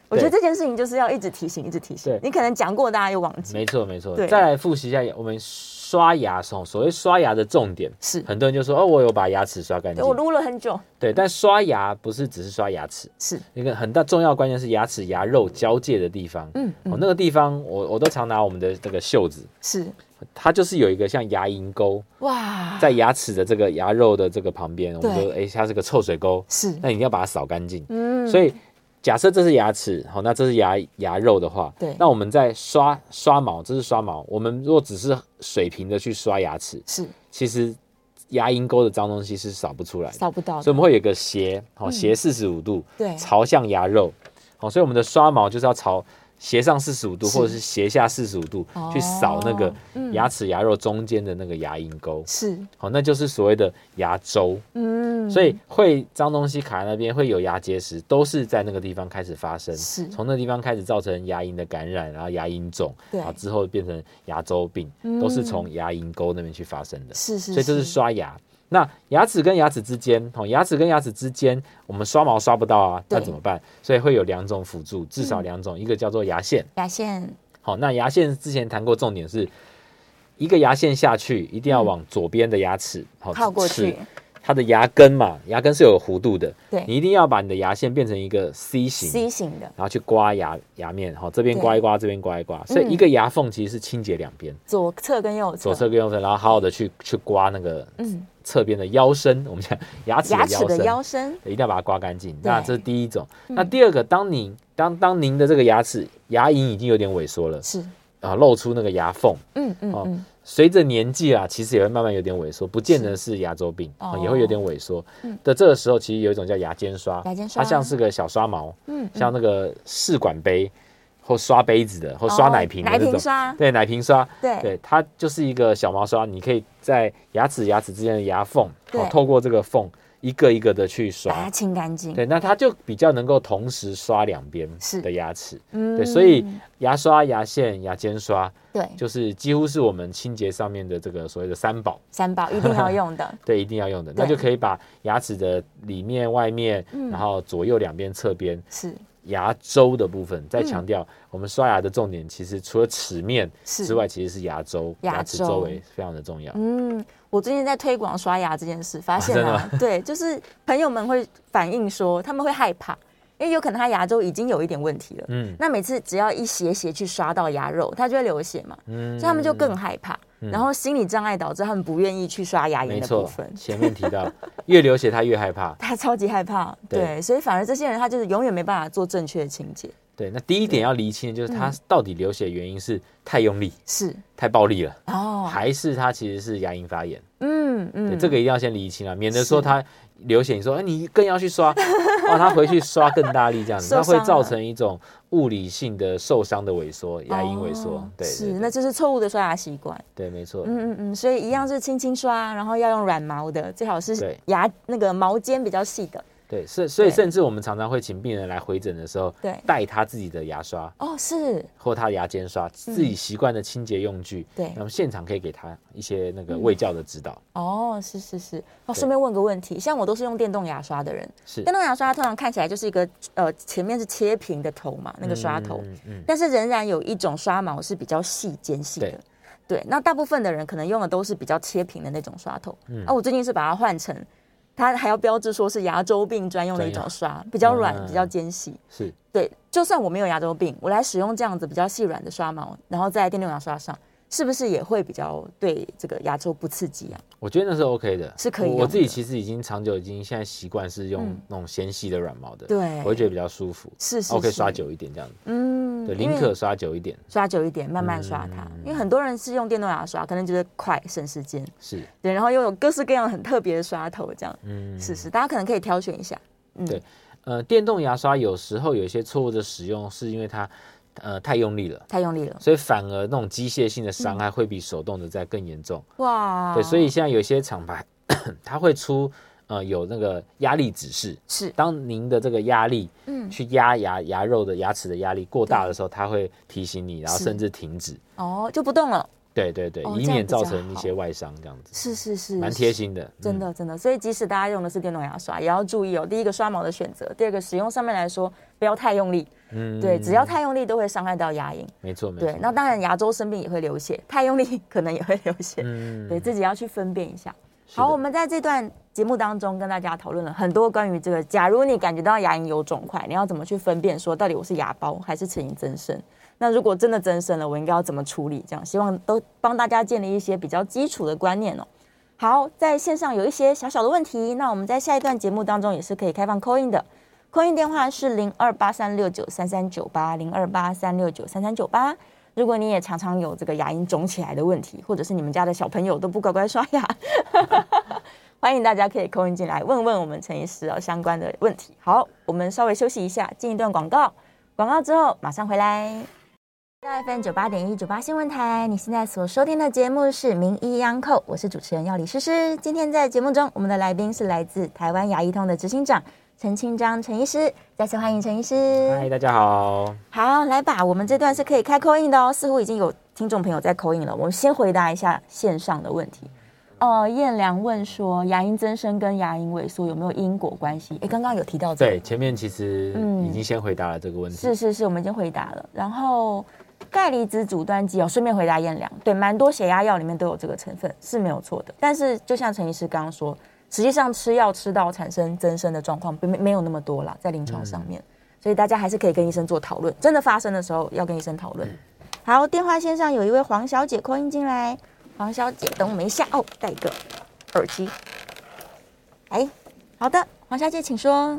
[SPEAKER 2] 我觉得这件事情就是要一直提醒，一直提醒
[SPEAKER 3] 对。
[SPEAKER 2] 你可能讲过，大家又忘记。
[SPEAKER 3] 没错，没错
[SPEAKER 2] 对。
[SPEAKER 3] 再来复习一下我们刷牙时候，所谓刷牙的重点，
[SPEAKER 2] 是，
[SPEAKER 3] 很多人就说哦，我有把牙齿刷干
[SPEAKER 2] 对
[SPEAKER 3] 净。
[SPEAKER 2] 我撸了很久。
[SPEAKER 3] 对，但刷牙不是只是刷牙齿，
[SPEAKER 2] 是，
[SPEAKER 3] 一个很大重要关键是牙齿牙肉交界的地方。
[SPEAKER 2] 嗯，
[SPEAKER 3] 哦，
[SPEAKER 2] 嗯
[SPEAKER 3] 那个地方我我都常拿我们的这个袖子，
[SPEAKER 2] 是，
[SPEAKER 3] 它就是有一个像牙龈沟，
[SPEAKER 2] 哇，
[SPEAKER 3] 在牙齿的这个牙肉的这个旁边，我们
[SPEAKER 2] 对
[SPEAKER 3] 说，哎，它是个臭水沟，
[SPEAKER 2] 是，
[SPEAKER 3] 那你一定要把它扫干净。
[SPEAKER 2] 嗯
[SPEAKER 3] 所以假设这是牙齿，好，那这是牙牙肉的话，
[SPEAKER 2] 对
[SPEAKER 3] 那我们在刷刷毛，这是刷毛，我们如果只是水平的去刷牙齿，
[SPEAKER 2] 是
[SPEAKER 3] 其实牙龈沟的脏东西是扫不出来的，
[SPEAKER 2] 扫不嗯到的。
[SPEAKER 3] 所以我们会有一个斜，好，斜四十五度，
[SPEAKER 2] 对
[SPEAKER 3] 朝向牙肉，好，所以我们的刷毛就是要朝。斜上四十五度，
[SPEAKER 2] 是
[SPEAKER 3] 或者是斜下四十五度，
[SPEAKER 2] 哦嗯
[SPEAKER 3] 去扫那个牙齿牙肉中间的那个牙龈沟，
[SPEAKER 2] 是，
[SPEAKER 3] 好，那就是所谓的牙周。
[SPEAKER 2] 嗯，
[SPEAKER 3] 所以会脏东西卡在那边，会有牙结石，都是在那个地方开始发生，
[SPEAKER 2] 是
[SPEAKER 3] 从那地方开始造成牙龈的感染，然后牙龈肿，
[SPEAKER 2] 对嗯
[SPEAKER 3] 然后之后变成牙周病，都是从牙龈沟那边去发生的。
[SPEAKER 2] 是是，
[SPEAKER 3] 所以这是刷牙。那牙齿跟牙齿之间，哦，牙齿跟牙齿之间，我们刷毛刷不到啊，
[SPEAKER 2] 对嗯
[SPEAKER 3] 那怎么办？所以会有两种辅助，至少两种，一个叫做牙线。
[SPEAKER 2] 牙线，
[SPEAKER 3] 好，那牙线之前谈过，重点是一个牙线下去，一定要往左边的牙齿好
[SPEAKER 2] 嗯靠过
[SPEAKER 3] 齿
[SPEAKER 2] 去，
[SPEAKER 3] 它的牙根嘛，牙根是有弧度的，
[SPEAKER 2] 对
[SPEAKER 3] 你一定要把你的牙线变成一个 C 型
[SPEAKER 2] ，C 型的，
[SPEAKER 3] 然后去刮牙牙面，好、这边
[SPEAKER 2] 对嗯
[SPEAKER 3] 刮一刮，这边刮一刮，所以一个牙缝其实是清洁两边，
[SPEAKER 2] 左侧跟右侧，
[SPEAKER 3] 左侧跟右侧，然后好好的去去刮那个
[SPEAKER 2] 嗯
[SPEAKER 3] 侧边的腰身，我们讲牙齿
[SPEAKER 2] 牙
[SPEAKER 3] 的
[SPEAKER 2] 齿
[SPEAKER 3] 腰
[SPEAKER 2] 的
[SPEAKER 3] 身。
[SPEAKER 2] 腰身，
[SPEAKER 3] 一定要把它刮干净，
[SPEAKER 2] 对嗯
[SPEAKER 3] 那这是第一种。那第二个，当您当当您的这个牙齿牙龈已经有点萎缩了，
[SPEAKER 2] 是，
[SPEAKER 3] 啊，露出那个牙缝，
[SPEAKER 2] 嗯嗯
[SPEAKER 3] 哦
[SPEAKER 2] 嗯，
[SPEAKER 3] 随着年纪啊，其实也会慢慢有点萎缩，不见得是牙周病，
[SPEAKER 2] 哦嗯
[SPEAKER 3] 啊也会有点萎缩。的这个时候，其实有一种叫牙尖刷，
[SPEAKER 2] 牙尖刷
[SPEAKER 3] 它像是个小刷毛，
[SPEAKER 2] 嗯
[SPEAKER 3] 像那个试管杯或刷杯子的，或刷
[SPEAKER 2] 哦
[SPEAKER 3] 奶瓶的
[SPEAKER 2] 奶
[SPEAKER 3] 这
[SPEAKER 2] 瓶
[SPEAKER 3] 种。
[SPEAKER 2] 刷，
[SPEAKER 3] 对奶瓶刷，
[SPEAKER 2] 对
[SPEAKER 3] 对，它就是一个小毛刷，你可以在牙齿牙齿之间的牙缝，
[SPEAKER 2] 对
[SPEAKER 3] 好透过这个缝一个一个的去
[SPEAKER 2] 把
[SPEAKER 3] 刷
[SPEAKER 2] 它，清干净，
[SPEAKER 3] 对，那它就比较能够同时刷两边
[SPEAKER 2] 是
[SPEAKER 3] 的牙齿，
[SPEAKER 2] 嗯
[SPEAKER 3] 对，所以牙刷、牙线、牙尖刷，
[SPEAKER 2] 对，
[SPEAKER 3] 就是几乎是我们清洁上面的这个所谓的三宝，
[SPEAKER 2] 三 宝一定要用的，
[SPEAKER 3] 对，一定要用的。
[SPEAKER 2] 对嗯
[SPEAKER 3] 那就可以把牙齿的里面、外面，然后左右两边、侧边
[SPEAKER 2] 是
[SPEAKER 3] 牙周的部分。
[SPEAKER 2] 嗯
[SPEAKER 3] 再强调，我们刷牙的重点其实除了齿面
[SPEAKER 2] 是
[SPEAKER 3] 之外，其实是牙周、
[SPEAKER 2] 牙
[SPEAKER 3] 牙齿
[SPEAKER 2] 周
[SPEAKER 3] 周围非常的重要。
[SPEAKER 2] 嗯，我最近在推广刷牙这件事，发现
[SPEAKER 3] 真的
[SPEAKER 2] 啊， 对，就是朋友们会反映说，他们会害怕，因为有可能他牙周已经有一点问题了。
[SPEAKER 3] 嗯
[SPEAKER 2] 那每次只要一斜斜去刷到牙肉，它就会流血嘛，
[SPEAKER 3] 嗯，
[SPEAKER 2] 所以他们就更害怕，然后心理障碍导致他们不愿意去刷牙龈
[SPEAKER 3] 没
[SPEAKER 2] 的部
[SPEAKER 3] 错
[SPEAKER 2] 分。，
[SPEAKER 3] 前面提到，越流血他越害怕。
[SPEAKER 2] 他超级害怕，
[SPEAKER 3] 对
[SPEAKER 2] 对，所以反而这些人他就是永远没办法做正确的清洁，
[SPEAKER 3] 对，那第一点要厘清的就是他
[SPEAKER 2] 嗯
[SPEAKER 3] 到底流血原因是太用力、
[SPEAKER 2] 是
[SPEAKER 3] 太暴力了，
[SPEAKER 2] 哦，
[SPEAKER 3] 还是他其实是牙龈发炎？
[SPEAKER 2] 嗯嗯
[SPEAKER 3] 对，这个一定要先厘清啊，免得说
[SPEAKER 2] 是
[SPEAKER 3] 他流血，你说哎、你更要去刷， 哇，他回去刷更大力这样子，
[SPEAKER 2] 受
[SPEAKER 3] 那会
[SPEAKER 2] 伤
[SPEAKER 3] 造
[SPEAKER 2] 了
[SPEAKER 3] 成一种物理性的受伤的萎缩，牙龈萎缩。
[SPEAKER 2] 哦
[SPEAKER 3] 对，对
[SPEAKER 2] 是，
[SPEAKER 3] 对
[SPEAKER 2] 那就是错误的刷牙习惯。
[SPEAKER 3] 对，没错。
[SPEAKER 2] 嗯嗯嗯，所以一样是轻轻刷，然后要用软毛的，最好是
[SPEAKER 3] 对
[SPEAKER 2] 牙那个毛尖比较细的。
[SPEAKER 3] 对，是，所以
[SPEAKER 2] 对
[SPEAKER 3] 甚至我们常常会请病人来回诊的时候，
[SPEAKER 2] 对
[SPEAKER 3] 带他自己的牙刷
[SPEAKER 2] 哦，是，
[SPEAKER 3] 或他的牙尖刷，自己习惯的清洁用具，
[SPEAKER 2] 嗯对嗯
[SPEAKER 3] 那么现场可以给他一些那个卫教的指导。
[SPEAKER 2] 哦，是是是。哦，
[SPEAKER 3] 对
[SPEAKER 2] 顺便问个问题，像我都是用电动牙刷的人，
[SPEAKER 3] 是
[SPEAKER 2] 电动牙刷通常看起来就是一个呃前面是切平的头嘛，那个刷头，
[SPEAKER 3] 嗯嗯，
[SPEAKER 2] 但是仍然有一种刷毛是比较细尖细的
[SPEAKER 3] 对。
[SPEAKER 2] 对，那大部分的人可能用的都是比较切平的那种刷头。
[SPEAKER 3] 嗯
[SPEAKER 2] 啊，我最近是把它换成，它还要标志说是牙周病专用的一
[SPEAKER 3] 专
[SPEAKER 2] 种
[SPEAKER 3] 用
[SPEAKER 2] 刷，比较软，
[SPEAKER 3] 嗯
[SPEAKER 2] 比较尖细。
[SPEAKER 3] 是
[SPEAKER 2] 对，就算我没有牙周病，我来使用这样子比较细软的刷毛，然后在电动牙刷上，是不是也会比较对这个牙周不刺激啊？
[SPEAKER 3] 我觉得那是 OK 的，
[SPEAKER 2] 是可以
[SPEAKER 3] 我
[SPEAKER 2] 用
[SPEAKER 3] 我自己
[SPEAKER 2] 的
[SPEAKER 3] 其实已经长久已经现在习惯是用
[SPEAKER 2] 嗯
[SPEAKER 3] 那种纤细的软毛的，
[SPEAKER 2] 对
[SPEAKER 3] 我会觉得比较舒服。
[SPEAKER 2] 是是
[SPEAKER 3] 我哦可以
[SPEAKER 2] 是
[SPEAKER 3] 刷久一点这样子，
[SPEAKER 2] 嗯，
[SPEAKER 3] 对，
[SPEAKER 2] 因
[SPEAKER 3] 宁
[SPEAKER 2] 为
[SPEAKER 3] 可嗯刷久一点，
[SPEAKER 2] 刷久一点，慢慢刷它，因为很多人是用电动牙刷，可能觉得快省时间，
[SPEAKER 3] 是
[SPEAKER 2] 对，然后又有各式各样很特别的刷头，这样，
[SPEAKER 3] 嗯
[SPEAKER 2] 是是，大家可能可以挑选一下，嗯
[SPEAKER 3] 对呃，电动牙刷有时候有一些错误的使用，是因为它呃太用力了。
[SPEAKER 2] 太用力了，
[SPEAKER 3] 所以反而那种机械性的
[SPEAKER 2] 嗯
[SPEAKER 3] 伤害会比手动的在更严重。
[SPEAKER 2] 哇，
[SPEAKER 3] 对，所以现在有些厂牌 它会出呃有那个压力指示，
[SPEAKER 2] 是
[SPEAKER 3] 当您的这个压力，
[SPEAKER 2] 嗯
[SPEAKER 3] 去压牙牙肉的牙齿的压力过大的时候，它会提醒你，然后
[SPEAKER 2] 是
[SPEAKER 3] 甚至停止。
[SPEAKER 2] 哦就不动了，
[SPEAKER 3] 对对对，
[SPEAKER 2] 哦
[SPEAKER 3] 以
[SPEAKER 2] 这样
[SPEAKER 3] 免
[SPEAKER 2] 比较
[SPEAKER 3] 造成一
[SPEAKER 2] 好
[SPEAKER 3] 些外伤，这样子
[SPEAKER 2] 是是是，
[SPEAKER 3] 蛮贴心的，
[SPEAKER 2] 真
[SPEAKER 3] 嗯。
[SPEAKER 2] 的真的，所以即使大家用的是电动牙刷，也要注意哦。第一个刷毛的选择，第二个使用上面来说不要太用力，
[SPEAKER 3] 嗯
[SPEAKER 2] 对，只要太用力都会伤害到牙龈。
[SPEAKER 3] 没错没错。
[SPEAKER 2] 对，那当然牙周生病也会流血，太用力 可能也会流血，
[SPEAKER 3] 嗯，
[SPEAKER 2] 对自己要去分辨一下。
[SPEAKER 3] 是的
[SPEAKER 2] 好，我们在这段节目当中跟大家讨论了很多关于这个，假如你感觉到牙龈有肿块，你要怎么去分辨说到底我是牙包还是齿龈增生？那如果真的增生了，我应该要怎么处理？这样希望都帮大家建立一些比较基础的观念哦。好，在线上有一些小小的问题，那我们在下一段节目当中也是可以开放 call in 的，call in 电话是零二八三六九三三九八零二八三六九三三九八。如果你也常常有这个牙龈肿起来的问题，或者是你们家的小朋友都不乖乖刷牙， 欢迎大家可以扣音进来问问我们陈医师哦相关的问题。好，我们稍微休息一下，进一段广告，广告之后马上回来。大 FM 九八点一九八新闻台，你现在所收听的节目是《名医央叩》，我是主持人药理诗诗。今天在节目中，我们的来宾是来自台湾牙医通的执行长陈清章陈医师，再次欢迎陈医师。
[SPEAKER 3] 嗨，大家好。
[SPEAKER 2] 好，来吧，我们这段是可以开口音的哦。似乎已经有听众朋友在口音了，我们先回答一下线上的问题。呃，燕良问说，牙龈增生跟牙龈萎缩有没有因果关系？诶，刚刚有提到这个，
[SPEAKER 3] 对，前面其实
[SPEAKER 2] 嗯
[SPEAKER 3] 已经先回答了这个问题。
[SPEAKER 2] 是是是，我们已经回答了。然后钙离子阻断剂哦，顺便回答燕良，对，蛮多血压药里面都有这个成分是没有错的。但是就像陈医师刚刚说，实际上吃药吃到产生增生的状况，并没没有那么多啦，在临床上面，所以大家还是可以跟医生做讨论。真的发生的时候，要跟医生讨论。好，电话线上有一位黄小姐扣音进来，黄小姐，等我们一下哦，戴个耳机。哎，好的，黄小姐，请说。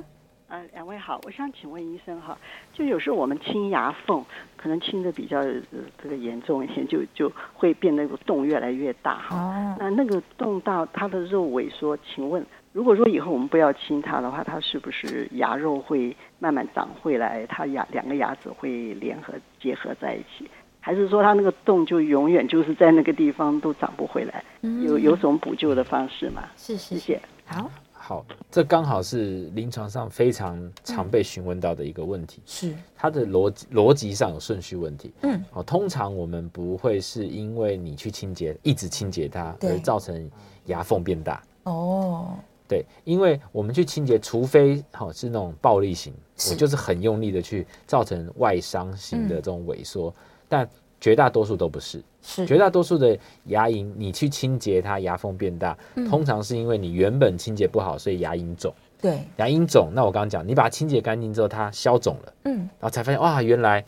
[SPEAKER 4] 呃，两位好，我想请问医生哈，就有时候我们清牙缝，可能清的比较、呃、这个严重一点，就就会变那个洞越来越大哈。
[SPEAKER 2] 哦，
[SPEAKER 4] 那那个洞到它的肉萎缩，请问，如果说以后我们不要清它的话，它是不是牙肉会慢慢长回来？它牙两个牙齿会联合结合在一起，还是说它那个洞就永远就是在那个地方都长不回来？
[SPEAKER 2] 嗯
[SPEAKER 4] 有有什么补救的方式吗？
[SPEAKER 2] 是是
[SPEAKER 4] 谢谢。
[SPEAKER 2] 好，
[SPEAKER 3] 好，这刚好是临床上非常常被询问到的一个问题。
[SPEAKER 2] 是。
[SPEAKER 3] 它的逻辑逻辑上有顺序问题。
[SPEAKER 2] 嗯，
[SPEAKER 3] 哦，通常我们不会是因为你去清洁，一直清洁它
[SPEAKER 2] 对
[SPEAKER 3] 而造成牙缝变大。
[SPEAKER 2] 哦，
[SPEAKER 3] 对，因为我们去清洁，除非好、是那种暴力型，
[SPEAKER 2] 是
[SPEAKER 3] 我就是很用力的去造成外伤型的这种萎缩，但绝大多数都不是。绝
[SPEAKER 2] 是
[SPEAKER 3] 大多数的牙龈，你去清洁它，牙缝变大，通常是因为你原本清洁不好，所以牙龈肿。
[SPEAKER 2] 对，
[SPEAKER 3] 牙龈肿，那我刚刚讲，你把它清洁干净之后，它消肿了，
[SPEAKER 2] 嗯，
[SPEAKER 3] 然后才发现哇，原来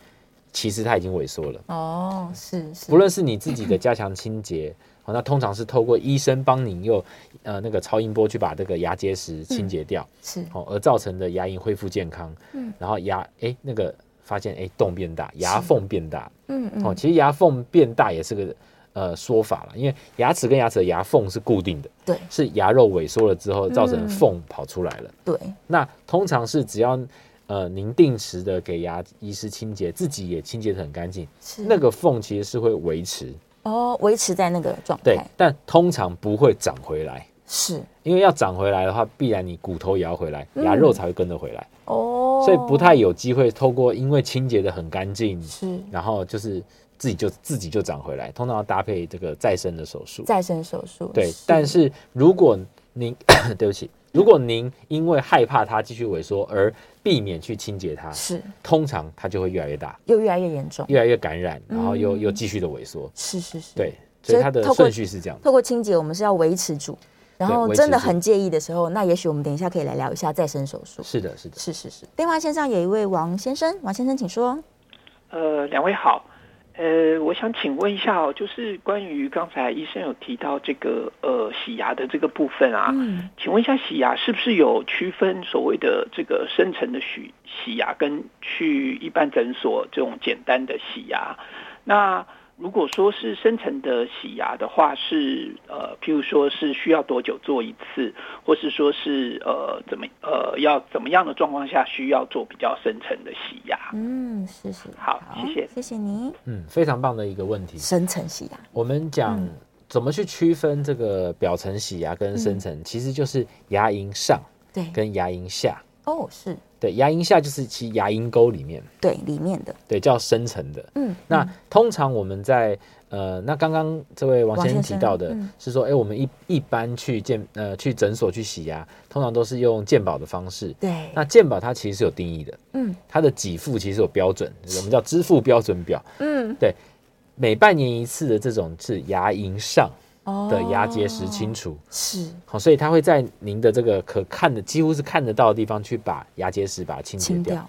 [SPEAKER 3] 其实它已经萎缩了。
[SPEAKER 2] 哦，是是，
[SPEAKER 3] 不论是你自己的加强清洁，好，那通常是透过医生帮你用呃那个超音波去把这个牙结石清洁掉，
[SPEAKER 2] 是
[SPEAKER 3] 好、哦而造成的牙龈恢复健康，
[SPEAKER 2] 嗯，
[SPEAKER 3] 然后牙哎那个发现哎洞变大，牙缝变大，
[SPEAKER 2] 嗯
[SPEAKER 3] 哦，
[SPEAKER 2] 嗯，
[SPEAKER 3] 其实牙缝变大也是个呃说法了，因为牙齿跟牙齿的牙缝是固定的，
[SPEAKER 2] 对
[SPEAKER 3] 是牙肉萎缩了之后造成
[SPEAKER 2] 嗯
[SPEAKER 3] 缝跑出来了。
[SPEAKER 2] 对，
[SPEAKER 3] 那通常是只要呃您定时的给牙医师清洁，自己也清洁得很干净，
[SPEAKER 2] 是
[SPEAKER 3] 那个缝其实是会维持，
[SPEAKER 2] 哦，维持在那个状
[SPEAKER 3] 对
[SPEAKER 2] 态，
[SPEAKER 3] 但通常不会长回来，
[SPEAKER 2] 是
[SPEAKER 3] 因为要长回来的话，必然你骨头也要回来，
[SPEAKER 2] 嗯
[SPEAKER 3] 牙肉才会跟着回来，
[SPEAKER 2] 哦，
[SPEAKER 3] 所以不太有机会透过因为清洁的很干净，
[SPEAKER 2] 是
[SPEAKER 3] 然后就是自己就自己就长回来，通常要搭配这个再生的手术。
[SPEAKER 2] 再生手术，
[SPEAKER 3] 对，但是如果您 对不起，如果您因为害怕它继续萎缩而避免去清洁它，
[SPEAKER 2] 是
[SPEAKER 3] 通常它就会越来越大，
[SPEAKER 2] 又越来越严重，
[SPEAKER 3] 越来越感染，然后又、
[SPEAKER 2] 嗯
[SPEAKER 3] 又继续的萎缩。
[SPEAKER 2] 是是是，
[SPEAKER 3] 对，
[SPEAKER 2] 所以
[SPEAKER 3] 所以它的
[SPEAKER 2] 透过
[SPEAKER 3] 顺序是这样的。
[SPEAKER 2] 透过清洁，我们是要维持住。然
[SPEAKER 3] 对
[SPEAKER 2] 后
[SPEAKER 3] 维
[SPEAKER 2] 真的
[SPEAKER 3] 持住
[SPEAKER 2] 很介意的时候，那也许我们等一下可以来聊一下再生手术。
[SPEAKER 3] 是的，是的。
[SPEAKER 2] 是是是。电话线上有一位王先生，王先生，请说。
[SPEAKER 5] 呃，两位好，呃，我想请问一下哦，就是关于刚才医生有提到这个呃洗牙的这个部分啊，
[SPEAKER 2] 嗯，
[SPEAKER 5] 请问一下洗牙是不是有区分所谓的这个深层的洗洗牙跟去一般诊所这种简单的洗牙？那如果说是深层的洗牙的话，是呃，譬如说是需要多久做一次，或是说是呃怎么呃要怎么样的状况下需要做比较深层的洗牙？
[SPEAKER 2] 嗯，是是。
[SPEAKER 5] 好谢谢
[SPEAKER 2] 谢谢你。
[SPEAKER 3] 嗯，非常棒的一个问题。
[SPEAKER 2] 深层洗牙，
[SPEAKER 3] 我们讲
[SPEAKER 2] 嗯
[SPEAKER 3] 怎么去区分这个表层洗牙跟深
[SPEAKER 2] 嗯
[SPEAKER 3] 层，其实就是牙龈上
[SPEAKER 2] 对，
[SPEAKER 3] 跟牙龈下。
[SPEAKER 2] 哦，是
[SPEAKER 3] 对，牙龈下就是其牙龈沟里面，
[SPEAKER 2] 对里面的，
[SPEAKER 3] 对，叫深层的。
[SPEAKER 2] 嗯，
[SPEAKER 3] 那通常我们在呃，那刚刚这位王先生
[SPEAKER 2] 王先
[SPEAKER 3] 提
[SPEAKER 2] 生
[SPEAKER 3] 到的
[SPEAKER 2] 嗯
[SPEAKER 3] 是说，哎、我们一一般去健呃去诊所去洗牙，通常都是用健保的方式。
[SPEAKER 2] 对，
[SPEAKER 3] 那健保它其实是有定义的，
[SPEAKER 2] 嗯
[SPEAKER 3] 它的给付其实有标准，我们叫支付标准表。
[SPEAKER 2] 嗯，
[SPEAKER 3] 每半年一次的这种是牙龈上
[SPEAKER 2] 哦
[SPEAKER 3] 的牙结石清除，
[SPEAKER 2] 是
[SPEAKER 3] 好，所以它会在您的这个可看的几乎是看得到的地方去把牙结石把它清洁
[SPEAKER 2] 清
[SPEAKER 3] 掉。
[SPEAKER 2] 掉，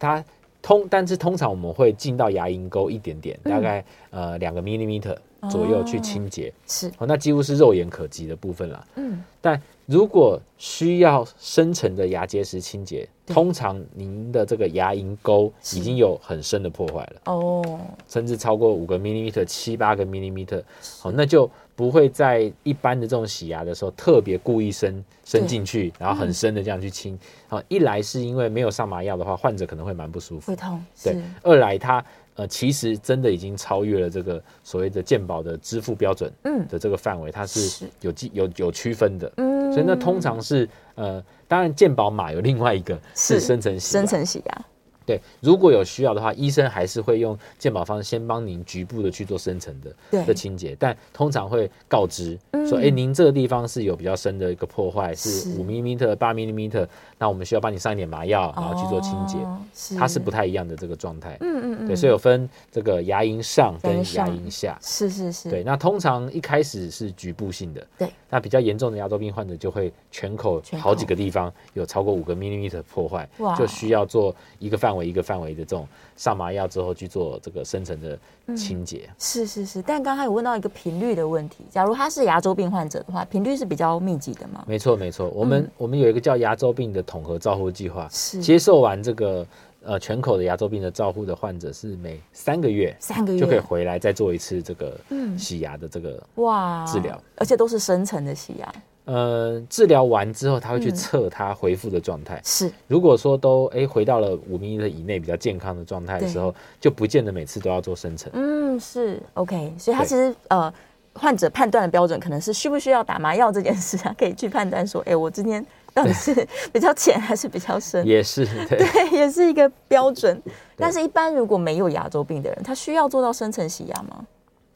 [SPEAKER 3] 它通，但是通常我们会进到牙龈沟一点点，
[SPEAKER 2] 嗯
[SPEAKER 3] 大概、呃两个 millimeter
[SPEAKER 2] 哦
[SPEAKER 3] 左右去清洁。
[SPEAKER 2] 是
[SPEAKER 3] 哦，那几乎是肉眼可及的部分啦。
[SPEAKER 2] 嗯
[SPEAKER 3] 但如果需要深层的牙结石清洁，通常您的这个牙龈沟已经有很深的破坏了，
[SPEAKER 2] 哦，
[SPEAKER 3] 甚至超过五个 millimeter、七八个 millimeter，好、那就不会在一般的这种洗牙的时候特别故意伸伸
[SPEAKER 2] 对嗯
[SPEAKER 3] 进去，然后很深的这样去清。好、一来是因为没有上麻药的话，患者可能会蛮不舒服
[SPEAKER 2] 会。痛，
[SPEAKER 3] 对
[SPEAKER 2] 是，
[SPEAKER 3] 二来它呃其实真的已经超越了这个所谓的健保的支付标准
[SPEAKER 2] 嗯
[SPEAKER 3] 的这个范围，它
[SPEAKER 2] 是
[SPEAKER 3] 是有记有有区分的。
[SPEAKER 2] 嗯，
[SPEAKER 3] 所以那通常是呃，当然健保码有另外一个
[SPEAKER 2] 是
[SPEAKER 3] 是深层洗
[SPEAKER 2] 嗯深
[SPEAKER 3] 牙，
[SPEAKER 2] 层洗牙，
[SPEAKER 3] 啊对，如果有需要的话，医生还是会用健保方式先帮您局部的去做深层
[SPEAKER 2] 对
[SPEAKER 3] 的的清洁，但通常会告知
[SPEAKER 2] 嗯
[SPEAKER 3] 说，哎、您这个地方是有比较深的一个破坏，是
[SPEAKER 2] 是
[SPEAKER 3] 五 m m 八 m m 那我们需要帮你上一点麻药，然后去做清洁，
[SPEAKER 2] 哦
[SPEAKER 3] 它是不太一样的这个状态。
[SPEAKER 2] 嗯嗯嗯，
[SPEAKER 3] 对，所以有分这个牙龈上跟
[SPEAKER 2] 牙龈
[SPEAKER 3] 牙
[SPEAKER 2] 上
[SPEAKER 3] 龈下。
[SPEAKER 2] 是是是，
[SPEAKER 3] 对，那通常一开始是局部性的，
[SPEAKER 2] 对，
[SPEAKER 3] 那比较严重的牙周病患者就会全口
[SPEAKER 2] 全口
[SPEAKER 3] 好几个地方有超过五个 millimeter 破坏
[SPEAKER 2] 哇，
[SPEAKER 3] 就需要做一个范围一个范围的这种上麻药之后去做这个深层的
[SPEAKER 2] 嗯
[SPEAKER 3] 清洁。
[SPEAKER 2] 是是是，但刚才有问到一个频率的问题，假如他是牙周病患者的话，频率是比较密集的吗？
[SPEAKER 3] 没错，没错，我们、我们有一个叫牙周病的统合照护计划，
[SPEAKER 2] 嗯是
[SPEAKER 3] 接受完这个呃全口的牙周病的照护的患者是每三个月
[SPEAKER 2] 三个月
[SPEAKER 3] 就可以回来再做一次这个
[SPEAKER 2] 嗯
[SPEAKER 3] 洗牙的这个
[SPEAKER 2] 哇，
[SPEAKER 3] 治疗，
[SPEAKER 2] 而且都是深层的洗牙，
[SPEAKER 3] 呃，治疗完之后，他会去
[SPEAKER 2] 嗯
[SPEAKER 3] 测他恢复的状态。
[SPEAKER 2] 是
[SPEAKER 3] 如果说都诶回到了五米的以内比较健康的状态的时候，就不见得每次都要做深层。
[SPEAKER 2] 嗯是 OK，所以他
[SPEAKER 3] 对
[SPEAKER 2] 其实呃。患者判断的标准可能是需不需要打麻药这件事啊，可以去判断说，哎、我今天到底是 比较浅还是比较深，
[SPEAKER 3] 也是对，
[SPEAKER 2] 对，也是一个标准。但是，一般如果没有牙周病的人，他需要做到深层洗牙吗？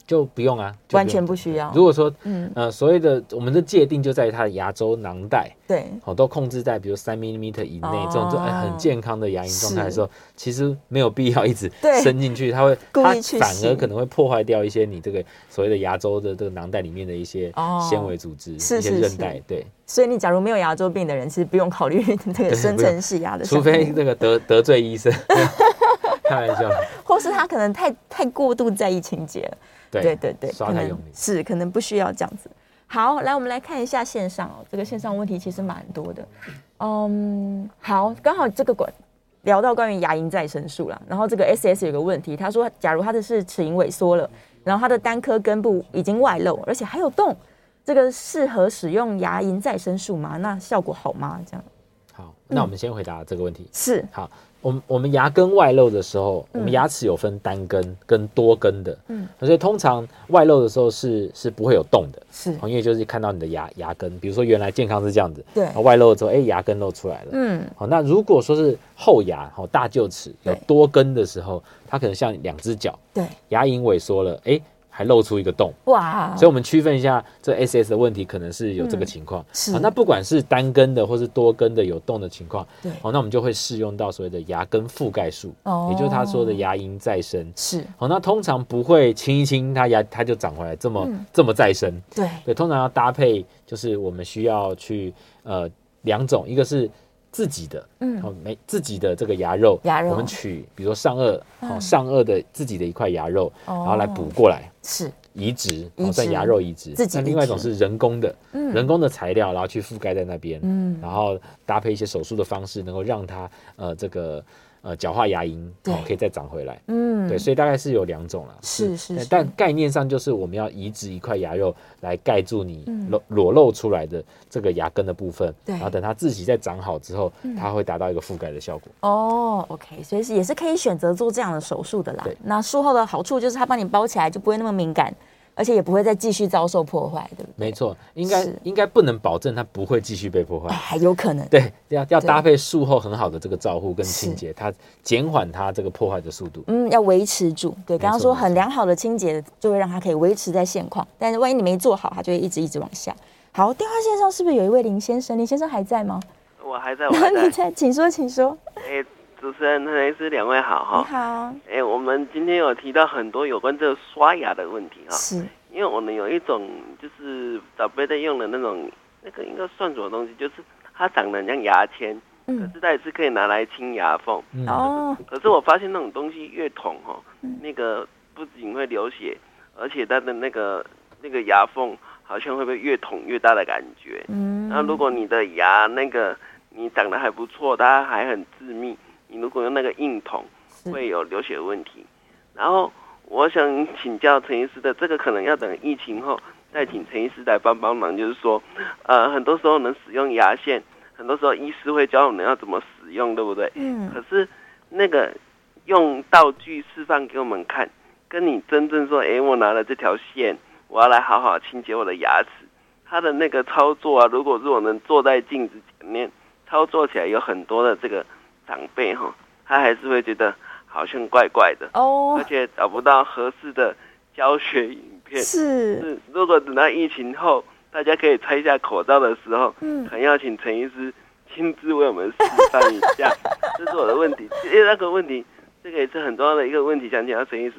[SPEAKER 3] 就不用啊，就
[SPEAKER 2] 完全
[SPEAKER 3] 用
[SPEAKER 2] 不需要
[SPEAKER 3] 如果说，
[SPEAKER 2] 嗯
[SPEAKER 3] 呃，所谓的我们的界定就在于它的牙周囊袋，
[SPEAKER 2] 对，
[SPEAKER 3] 哦，都控制在比如三 m m 以内、这种就、哎
[SPEAKER 2] 哦
[SPEAKER 3] 很健康的牙龈状态的
[SPEAKER 2] 是
[SPEAKER 3] 时候，其实没有必要一直
[SPEAKER 2] 对
[SPEAKER 3] 伸进去，它会
[SPEAKER 2] 故
[SPEAKER 3] 它
[SPEAKER 2] 意去
[SPEAKER 3] 反而
[SPEAKER 2] 洗
[SPEAKER 3] 可能会破坏掉一些你这个所谓的牙周的这个囊袋里面的一些
[SPEAKER 2] 哦
[SPEAKER 3] 纤维组织、
[SPEAKER 2] 是
[SPEAKER 3] 一些
[SPEAKER 2] 是
[SPEAKER 3] 韧
[SPEAKER 2] 是
[SPEAKER 3] 带，对，
[SPEAKER 2] 所以你假如没有牙周病的人，其实不用考虑 这个
[SPEAKER 3] 对
[SPEAKER 2] 深
[SPEAKER 3] 不用
[SPEAKER 2] 层式牙的
[SPEAKER 3] 除
[SPEAKER 2] 项
[SPEAKER 3] 非
[SPEAKER 2] 目
[SPEAKER 3] 这个得得罪 医生，开玩笑，
[SPEAKER 2] 或是他可能太太过度在意清洁了。
[SPEAKER 3] 对
[SPEAKER 2] 对对对，
[SPEAKER 3] 刷
[SPEAKER 2] 可
[SPEAKER 3] 太
[SPEAKER 2] 能
[SPEAKER 3] 用力，
[SPEAKER 2] 是可能不需要这样子。好，来我们来看一下线上哦，这个线上问题其实蛮多的。嗯，好，刚好这个管聊到关于牙龈再生术啦，然后这个 S S 有个问题，他说假如他的是齿龈萎缩了，然后他的单颗根部已经外露，而且还有洞，这个适合使用牙龈再生术吗？那效果好吗？这样
[SPEAKER 3] 好，
[SPEAKER 2] 嗯
[SPEAKER 3] 那我们先回答这个问题。
[SPEAKER 2] 是
[SPEAKER 3] 好，我们我们牙根外露的时候，我
[SPEAKER 2] 嗯
[SPEAKER 3] 们牙齿有分单根跟多根的，
[SPEAKER 2] 嗯
[SPEAKER 3] 嗯，所以通常外露的时候是是不会有洞的，
[SPEAKER 2] 是
[SPEAKER 3] 哦因为就是看到你的牙牙根，比如说原来健康是这样子，
[SPEAKER 2] 对
[SPEAKER 3] 然后外露之后，哎、牙根露出来了。
[SPEAKER 2] 嗯
[SPEAKER 3] 好，那如果说是后牙，好大臼齿有
[SPEAKER 2] 对
[SPEAKER 3] 多根的时候，它可能像两只脚，
[SPEAKER 2] 对
[SPEAKER 3] 牙龈萎缩了，哎、还露出一个洞，
[SPEAKER 2] 哇
[SPEAKER 3] 所以我们区分一下这 SS 的问题，可能是有这个情况。
[SPEAKER 2] 嗯是
[SPEAKER 3] 好那不管是单根的或是多根的有洞的情况，
[SPEAKER 2] 对
[SPEAKER 3] 好，那我们就会适用到所谓的牙根覆盖术，
[SPEAKER 2] 哦
[SPEAKER 3] 也就是他说的牙龈再生。
[SPEAKER 2] 是
[SPEAKER 3] 好，那通常不会清一清它牙它就长回来这么、
[SPEAKER 2] 嗯
[SPEAKER 3] 这么再生。
[SPEAKER 2] 对
[SPEAKER 3] 对，通常要搭配，就是我们需要去呃两种，一个是自己的，
[SPEAKER 2] 嗯
[SPEAKER 3] 哦，没自己的这个牙肉，
[SPEAKER 2] 牙肉
[SPEAKER 3] 我们取比如说上颚，
[SPEAKER 2] 嗯
[SPEAKER 3] 哦，上颚的自己的一块牙肉，然后来
[SPEAKER 2] 哦
[SPEAKER 3] 补过来，
[SPEAKER 2] 是
[SPEAKER 3] 移植，
[SPEAKER 2] 移
[SPEAKER 3] 哦，算
[SPEAKER 2] 植
[SPEAKER 3] 牙肉移植。
[SPEAKER 2] 自己
[SPEAKER 3] 那
[SPEAKER 2] 移
[SPEAKER 3] 另外一种
[SPEAKER 2] 植
[SPEAKER 3] 是人工的，
[SPEAKER 2] 嗯
[SPEAKER 3] 人工的材料，然后去覆盖在那边，
[SPEAKER 2] 嗯
[SPEAKER 3] 然后搭配一些手术的方式，能够让它呃这个呃角化牙龈
[SPEAKER 2] 对
[SPEAKER 3] 可以再长回来。
[SPEAKER 2] 嗯
[SPEAKER 3] 对，所以大概是有两种啦。
[SPEAKER 2] 是是
[SPEAKER 3] 对
[SPEAKER 2] 是
[SPEAKER 3] 但概念上就是我们要移植一块牙肉来盖住你
[SPEAKER 2] 嗯
[SPEAKER 3] 裸裸露出来的这个牙根的部分，
[SPEAKER 2] 对嗯
[SPEAKER 3] 然后等它自己再长好之后，它会达到一个覆盖的效果。
[SPEAKER 2] 哦、o k 所以是也是可以选择做这样的手术的啦
[SPEAKER 3] 对。
[SPEAKER 2] 那术后的好处就是它帮你包起来，就不会那么敏感，而且也不会再继续遭受破坏，对不对？
[SPEAKER 3] 没错，应该
[SPEAKER 2] 是
[SPEAKER 3] 应该不能保证它不会继续被破坏
[SPEAKER 2] 哎，。还有可能。
[SPEAKER 3] 啊 对，要要
[SPEAKER 2] 对
[SPEAKER 3] 搭配术后很好的这个照护跟
[SPEAKER 2] 是
[SPEAKER 3] 清洁，它减缓它这个破坏的速度。
[SPEAKER 2] 嗯，要维持住。对，刚刚说
[SPEAKER 3] 没错
[SPEAKER 2] 很良好的清洁，就会让它可以维持在现况。但是万一你没做好，它就会一直一直往下。好，电话线上是不是有一位林先生？林先生还在吗？
[SPEAKER 6] 我还 在，我还
[SPEAKER 2] 你
[SPEAKER 6] 在。
[SPEAKER 2] 在，请说，请说。
[SPEAKER 6] 哎，主持人、陈医师，两位好
[SPEAKER 2] 你
[SPEAKER 6] 哈。
[SPEAKER 2] 好，
[SPEAKER 6] 哎，我们今天有提到很多有关这个刷牙的问题哈，
[SPEAKER 2] 是
[SPEAKER 6] 因为我们有一种就是长辈在用的那种，那个应该算什么东西？就是它长得很像牙签，可
[SPEAKER 2] 嗯
[SPEAKER 6] 是它也是可以拿来清牙缝。
[SPEAKER 3] 嗯，
[SPEAKER 2] 哦，
[SPEAKER 6] 可是我发现那种东西越捅哈，
[SPEAKER 2] 嗯
[SPEAKER 6] 那个不仅会流血，而且它的那个那个牙缝好像会被越捅越大的感觉。
[SPEAKER 2] 嗯
[SPEAKER 6] 那如果你的牙那个你长得还不错，它还很致密，你如果用那个硬筒，
[SPEAKER 2] 是
[SPEAKER 6] 会有流血问题。然后我想请教陈医师的，这个可能要等疫情后再请陈医师来帮帮忙，就是说，呃，很多时候我们使用牙线，很多时候医师会教我们要怎么使用，对不对？
[SPEAKER 2] 嗯
[SPEAKER 6] 可是那个用道具示范给我们看，跟你真正说，诶，我拿了这条线，我要来好好清洁我的牙齿，它的那个操作啊，如果是我们坐在镜子前面操作起来，有很多的这个长辈哈，他还是会觉得好像怪怪的，
[SPEAKER 2] 哦
[SPEAKER 6] 而，且找不到合适的教学影片。
[SPEAKER 2] 是
[SPEAKER 6] 是，如果等到疫情后，大家可以拆下口罩的时候，
[SPEAKER 2] 嗯
[SPEAKER 6] 很要请陈医师亲自为我们示范一 下。这是我的问题，因为那个问题，这个也是很重要的一个问题，想请教陈医师，